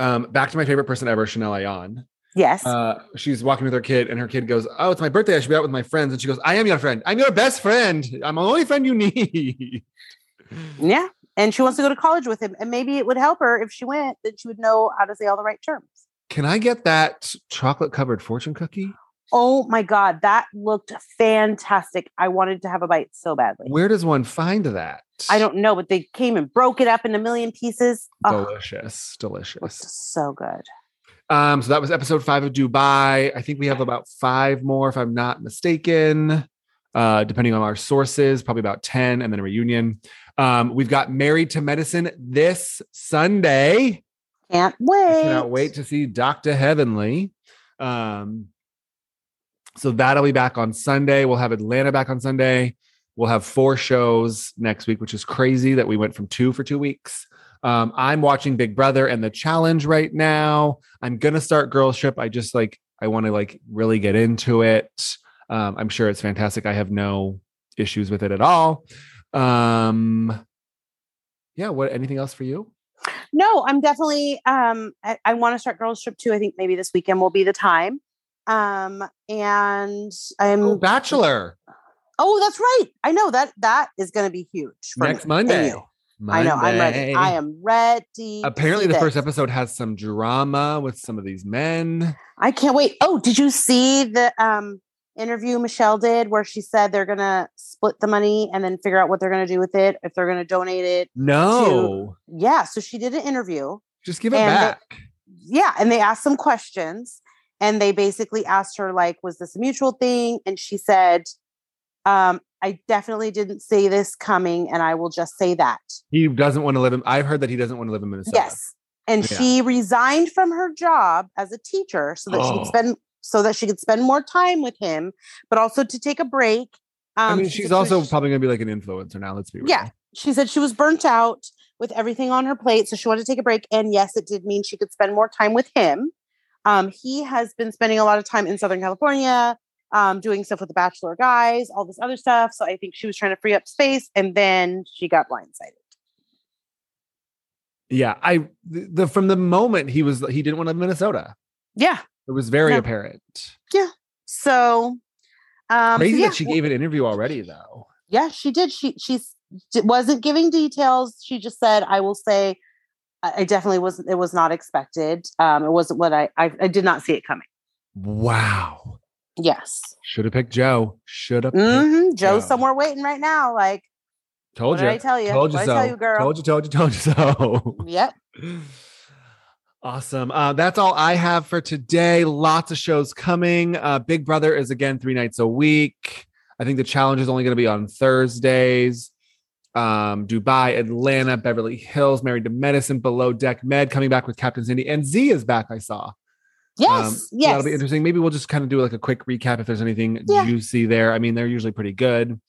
S2: Um, back to my favorite person ever, Chanel Ayan.
S1: Yes.
S2: Uh, she's walking with her kid, and her kid goes, "Oh, it's my birthday. I should be out with my friends." And she goes, "I am your friend. I'm your best friend. I'm the only friend you need." <laughs>
S1: yeah. And she wants to go to college with him. And maybe it would help her if she went, then she would know how to say all the right terms.
S2: Can I get that chocolate covered fortune cookie?
S1: Oh my God. That looked fantastic. I wanted to have a bite so badly.
S2: Where does one find that?
S1: I don't know, but they came and broke it up in a million pieces. Oh,
S2: Delicious, delicious.
S1: looks so good.
S2: Um, so that was episode five of Dubai. I think we have about five more, if I'm not mistaken, uh, depending on our sources, probably about 10, and then a reunion. Um, we've got Married to Medicine this Sunday.
S1: Can't
S2: I
S1: wait.
S2: cannot wait to see Dr. Heavenly. Um, so that'll be back on Sunday. We'll have Atlanta back on Sunday. We'll have four shows next week, which is crazy that we went from two for two weeks. Um, I'm watching Big Brother and the Challenge right now. I'm gonna start Girl Trip. I just like I want to like really get into it. Um, I'm sure it's fantastic. I have no issues with it at all. Um, yeah. What? Anything else for you?
S1: No, I'm definitely. Um, I, I want to start girls trip too. I think maybe this weekend will be the time. Um, and I'm.
S2: Oh,
S1: Oh,
S2: Bachelor.
S1: that's right. I know that that is going to be huge for
S2: next
S1: me and
S2: Monday.
S1: you. I know. I'm ready. I
S2: Monday.
S1: am ready. to
S2: Apparently,
S1: see
S2: the
S1: this.
S2: first episode has some drama with some of these men.
S1: I can't wait. Oh, did you see the um interview Michelle did where she said they're going to split the money and then figure out what they're going to do with it if they're going to donate it?
S2: No,
S1: Yeah. So she did an interview.
S2: just give it
S1: And the-
S2: back.
S1: yeah and they asked some questions and they basically asked her like was this a mutual thing and she said um i definitely didn't see this coming and i will just say that
S2: he doesn't want to live in. I've heard that he doesn't want to live in Minnesota.
S1: yes and
S2: Yeah.
S1: she resigned from her job as a teacher so that she
S2: Oh.
S1: could spend so that she could spend more time with him but also to take a break um
S2: I mean,
S1: she
S2: she's
S1: said she was
S2: also
S1: just-
S2: probably going to be like an influencer now. Let's be real.
S1: Yeah. she said she was burnt out with everything on her plate so she wanted to take a break and yes it did mean she could spend more time with him um, he has been spending a lot of time in southern california um, doing stuff with the bachelor guys all this other stuff so i think she was trying to free up space and then she got blindsided
S2: yeah. I the, the from the moment he was he didn't want to live in Minnesota.
S1: yeah
S2: It was very
S1: No.
S2: apparent.
S1: so um so
S2: Crazy
S1: yeah.
S2: that she gave an interview already, though.
S1: yeah she did she she s- d- wasn't giving details she just said i will say i I definitely wasn't it was not expected um it wasn't what i i, I did not see it coming
S2: Wow.
S1: yes
S2: Should have picked Joe. Should have.
S1: Mm-hmm. Joe's
S2: Joe.
S1: somewhere waiting right now. Like,
S2: Told
S1: what
S2: you.
S1: did I tell you?
S2: Told you
S1: what
S2: so.
S1: did I tell you, girl?
S2: Told Um, you. Told you. Told you so. <laughs>
S1: Yep.
S2: Awesome. Uh, that's all I have for today. Lots of shows coming. Uh, Big Brother is again three nights a week. I think the challenge is only going to be on Thursdays. Um, Dubai, Atlanta, Beverly Hills, Married to Medicine, Below Deck Med coming back with Captain Cindy, and Z is back. I saw.
S1: Yes.
S2: Um, so
S1: yes.
S2: That'll be interesting. Maybe we'll just kind of do like a quick recap if there's anything
S1: Yeah.
S2: juicy there. I mean, they're usually pretty good.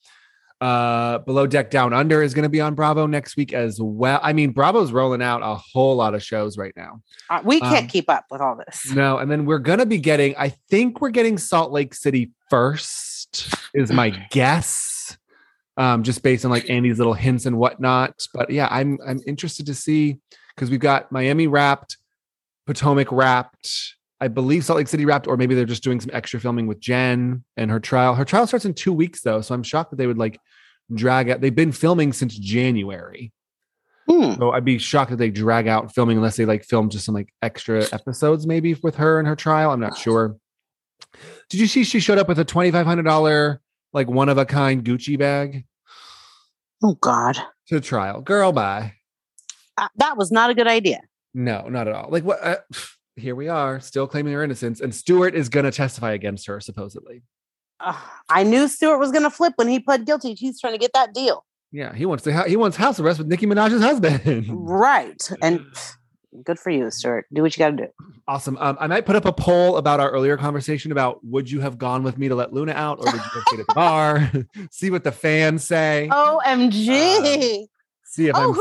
S2: Uh, Below Deck Down Under is going to be on Bravo next week as well. I mean, Bravo's rolling out a whole lot of shows right now.
S1: Uh, we can't
S2: um,
S1: keep up with all this.
S2: No, and then we're going to be getting, I think we're getting Salt Lake City first, is my guess. Um, just based on like Andy's little hints and whatnot. But yeah, I'm I'm interested to see because we've got Miami wrapped, Potomac wrapped, I believe Salt Lake City wrapped, or maybe they're just doing some extra filming with Jen and her trial. Her trial starts in two weeks though, so I'm shocked that they would like drag out. They've been filming since January,
S1: Hmm.
S2: so I'd be shocked that they drag out filming unless they like film just some like extra episodes maybe with her and her trial. I'm not sure. Did you see she showed up with a twenty five hundred dollar like one of a kind Gucci bag
S1: Oh God,
S2: to trial? Girl, bye.
S1: Uh, that was not a good idea.
S2: No, not at all. Like what? Uh, <sighs> here we are, still claiming her innocence, and Stewart is going to testify against her supposedly.
S1: Ugh, I knew Stewart was going to flip when he pled guilty. He's trying to get that deal,
S2: Yeah, he wants to. Ha- he wants house arrest with Nicki Minaj's husband.
S1: right? And good for you, Stewart. Do what you got to do.
S2: awesome. Um, I might put up a poll about our earlier conversation about would you have gone with me to let Luna out, or would you have stayed at the bar? <laughs> See what the fans say.
S1: Omg.
S2: See Uh, if
S1: oh,
S2: I'm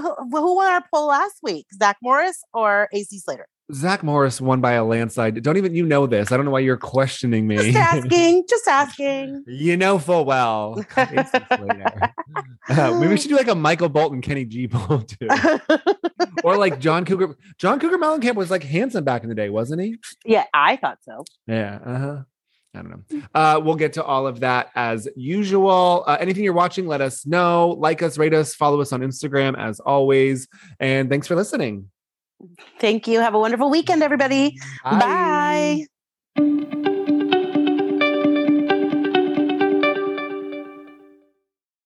S1: who won? Who, who won our poll last week? Zach Morris or
S2: <laughs>
S1: AC Slater?
S2: Zach Morris won by a landslide. Don't even you know this. I don't know why you're questioning me.
S1: Just asking. just asking.
S2: <laughs>
S1: <laughs>
S2: you know full well. Casey Slater. Uh, maybe we should do like a Michael Bolton, Kenny G poll
S1: <laughs>
S2: too. or like John Cougar. John Cougar Mellencamp was like handsome back in the day, wasn't he?
S1: yeah, I thought so.
S2: Yeah. Uh huh. I don't know. Uh, we'll get to all of that as usual. Uh, anything you're watching, let us know. Like us, rate us, follow us on Instagram as always. And thanks for listening.
S1: Thank you. Have a wonderful weekend, everybody. Bye.